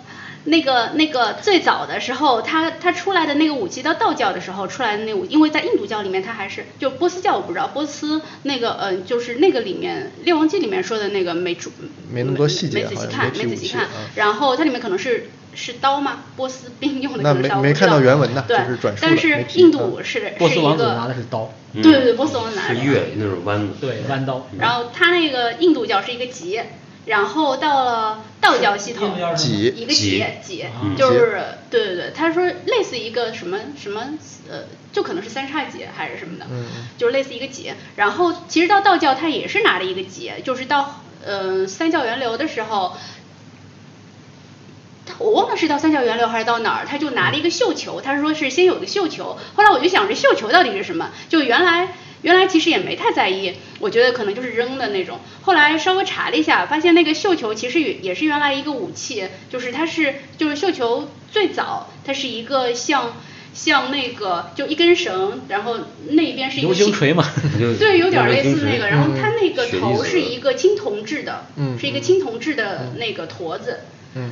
那个那个最早的时候，他他出来的那个武器，到道教的时候出来的那武，因为在印度教里面，他还是就波斯教我不知道，波斯那个嗯、呃就是那个里面《列王纪》里面说的那个没注没那么多细节没仔好细像看，没提没仔细武器看啊。然后它里面可能是是刀吗？波斯兵用的那可能是没刀，我没不知看到道原文呢对，就是转述但了是没提印啊度是波是斯一王子个嗯拿的是刀，嗯对对对，波斯王子拿的是越那种弯的。对，弯刀。然后他那个印度教是一个结，然后到了道教系统印度教是什么啊几一个结结结嗯，就是对对对，他说类似一个什么什么呃，就可能是三叉戟还是什么的，就是类似一个结。然后其实到道教他也是拿了一个结，就是到呃三教源流的时候，他我忘了是到三角源流还是到哪儿，他就拿了一个绣球，他说是先有个绣球，后来我就想这绣球到底是什么？就原来原来其实也没太在意，我觉得可能就是扔的那种。后来稍微查了一下，发现那个绣球其实也也是原来一个武器，就是它是就是绣球最早它是一个像像那个就一根绳，然后那边是一个流星青锤嘛就对，有点儿流类星似那锤个，然后它那个雪地头似的是一个青铜制的，嗯是一个青铜制的那个坨子，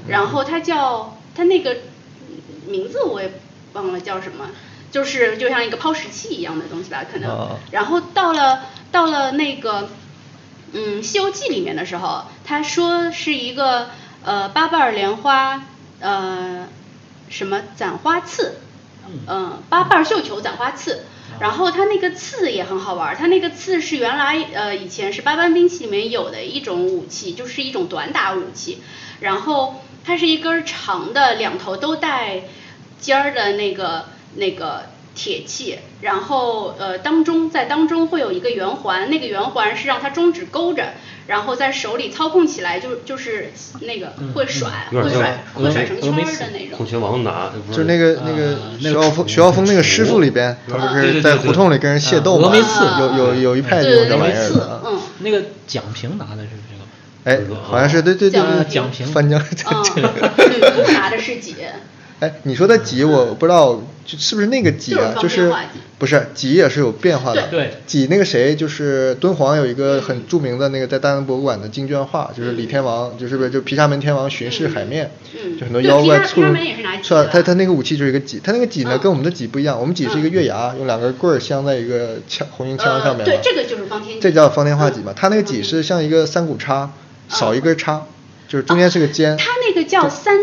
然后它叫它那个名字我也忘了叫什么，就是就像一个抛石器一样的东西吧，可能。啊然后到了到了那个嗯《西游记》里面的时候，他说是一个呃八瓣儿莲花呃什么攒花刺，嗯、八瓣儿绣球攒花刺。然后它那个刺也很好玩儿，它那个刺是原来呃以前是八般兵器里面有的一种武器，就是一种短打武器。然后它是一根儿长的，两头都带尖儿的那个那个铁器，然后呃当中在当中会有一个圆环，那个圆环是让它中指勾着，然后在手里操控起来就就是那个会甩、有会点甩像会甩成俄圈梅儿斯的那种孔。雀王拿，不就是那个那个啊那徐个浩峰徐浩峰那个师傅里边，他不对对是对在对胡同里跟人械斗啊峨嘛眉刺，有有有一派对这种这对对，玩没意儿刺的，啊，嗯， [laughs] 那个蒋平拿的是这个吧，哎，好像是对对对讲对，了讲评翻江，嗯，吕布拿的是戟，哎，你说的戟，我不知道就是不是那个己啊？就就是高变是化己不是己也是有变化的。对对己那个谁，就是敦煌有一个很著名的那个在大英博物馆的金绢画，就是李天王，就是不是就毗沙门天王巡视海面，嗯就很多对妖毗怪沙簇毗沙拥门也是拿戟。是啊的，嗯他他那个武器就是一个戟，他那个戟呢跟我们的戟不一样，我们戟是一个月牙，用两根棍儿镶在一个枪红缨枪上面嘛。呃对这个就是方天戟嗯这叫方天画戟嘛？他那个戟是像一个三股叉，少一根叉，就是中间是个尖。它嗯啊那个叫三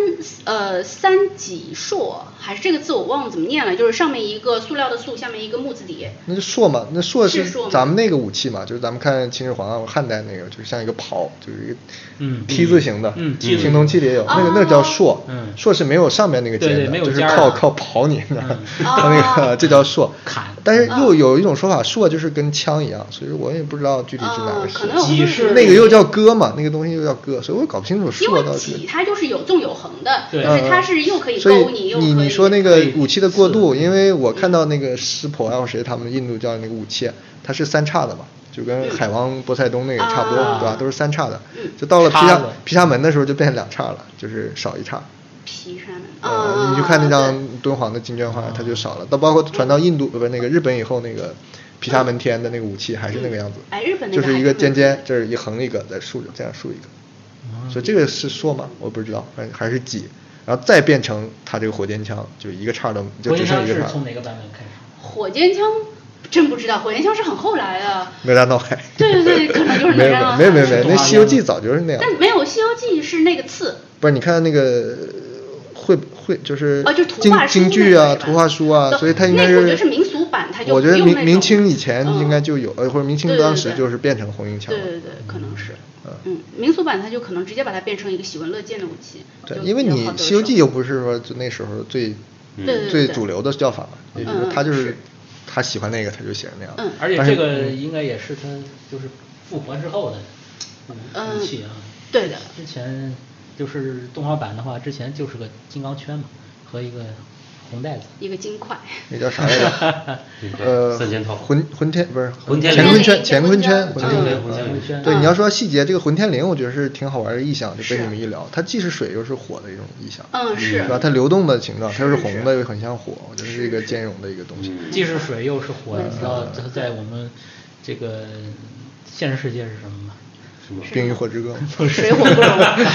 呃三脊硕，还是这个字我忘了怎么念了，就是上面一个塑料的塑，下面一个木字底。那就槊嘛，那槊是槊吗咱们那个武器嘛，就是咱们看秦始皇啊，汉代那个，就是像一个刨，就是一个嗯梯字形的，嗯梯字青铜器里也有，那哦个那个叫槊，嗯槊是没有上面那个尖的，对对没有就是尖儿靠的靠刨你 [laughs] 的，嗯它那个 [laughs] 这叫槊。砍但是又有一种说法，槊就是跟枪一样，所以说我也不知道具体是哪嗯个，可是。能有戟会是那个又叫戈嘛，那个东西又叫戈，所以我也搞不清楚因槊到为底是。戟它就是有纵有横的，就对是它是又可以所勾以又可你以。你说那个可以武器的过渡，因为我看到那个湿婆啊，或谁他们印度教的那个武器，啊它是三叉的嘛，就跟海王波塞冬那个差不多，嗯啊对吧？都是三叉的嗯，就到了毗叉沙子毗沙门的时候就变两叉了，就是少一叉。皮上的呃，啊，你就看那对张敦煌的金绢画，它就少了。到包括传到印度不是那个日本以后，那个毗沙门天的那个武器还是那个样子，哎日本那就个是还一个真尖的尖，这是一横一个，再竖着这样竖一哦个。所以这个是槊吗？我不知道，反正还是戟，然后再变成它这个火尖枪，就一个叉都就火只箭剩枪一是个叉从，哪个版本开始？火箭枪真不知道，火箭枪是很后来的。哪吒闹海。对对对，可能就是啊哪没有没有吒闹没有海没有，那《西游记》早就是那样。但没有《西游记》是那个刺，不是，你看那个绘绘就是哦，就是图京画书京那剧个啊、对吧图画书啊，对所以它应该那是。我觉得是民俗版它就我觉得不用那明种明清以前嗯应该就有，呃，或者明清对对当时对就是变成红缨枪对了。对对，可能是。嗯，民俗版它就可能直接把它变成一个喜闻乐见的武器。对就因为比较你好《得西游记》手又不是说就那时候最对对对最对主流的叫法嘛，也就是嗯说他就嗯是是他喜欢那个他就写成那样。嗯而且但是这个应该也是他就是复活之后的武武器啊。对的之前就是动画版的话，之前就是个金刚圈嘛，和一个红带子。一个金 [laughs] 块，那叫啥来着？呃，三件套魂魂天不是魂天乾绫坤圈，乾坤乾圈，坤魂圈天嗯绫乾坤圈对，嗯你要说细节，这个魂天绫我觉得是挺好玩的意象，就被是你们一聊，它既是水又是火的一种意象，嗯是对吧？它流动的形状，它又是红的，又很像火，我觉得是一个兼容的一个东西。既是水又是火，你知道它在我们这个现实世界是什么吗？ 《冰与火之歌》嘛。 [laughs] 水火不容。 [laughs]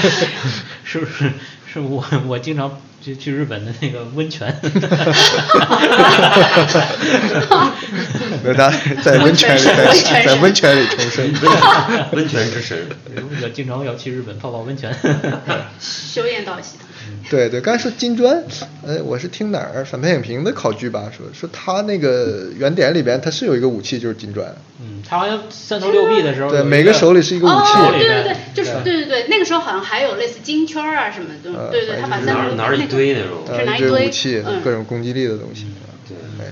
是不是？是我我经常去去日本的那个温泉， [laughs] 哪吒在温泉里，温在泉在温泉里重生。 [laughs] 温泉之神，我经常要去日本泡泡温泉。修炼到 [laughs] 系统。对对，刚才说金砖，呃，我是听哪儿反派影评的考据吧，说说他那个原点里边，它是有一个武器就是金砖，嗯，他好像三头六臂的时候有一，对，每个手里是一个武哦，器，对对对对，就是对对对，那个时候好像还有类似金圈儿啊什么的，呃对对，反他正把就是三拿个拿着一堆那种就呃，是拿一一堆堆武器，嗯各种攻击力的东西。对哎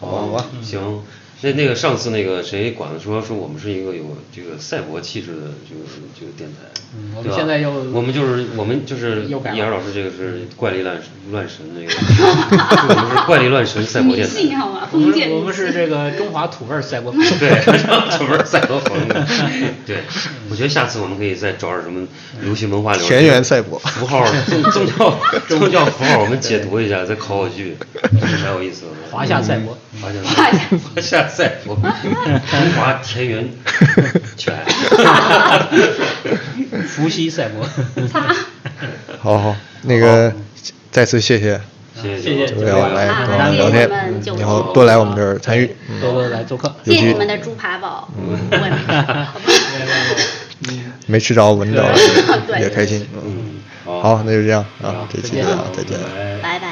好吧，行。那那个上次那个谁管的说说我们是一个有这个赛博气质的这个这个电台，嗯我对们吧现在又我们就是我们就是又改了叶儿老师这个是怪力乱神乱神那个，我们是怪力乱神赛博迷电台，信好吗？我们封建是我迷们是信。这个中华土味 [laughs] 儿赛博。对， [laughs] 这不是赛博朋克。对，我觉得下次我们可以再找点什么流行文化流田园赛博符号、宗宗 [laughs] 教、宗教符号，我们解读一下，再考考据，这个蛮有意思的。华夏赛博嗯，华夏赛博，华夏赛博，中华田园犬。嗯伏羲赛博，好好，那个再次谢谢谢谢谢九九六九六六来啊跟我们聊谢谢我天们，九以六后多来我们这儿参与。嗯多多来做客。有谢谢句你们的猪扒堡，嗯我也没没吃着，闻着了对也开心。嗯，好好，那就这样啊，这期就到这儿再见。拜拜。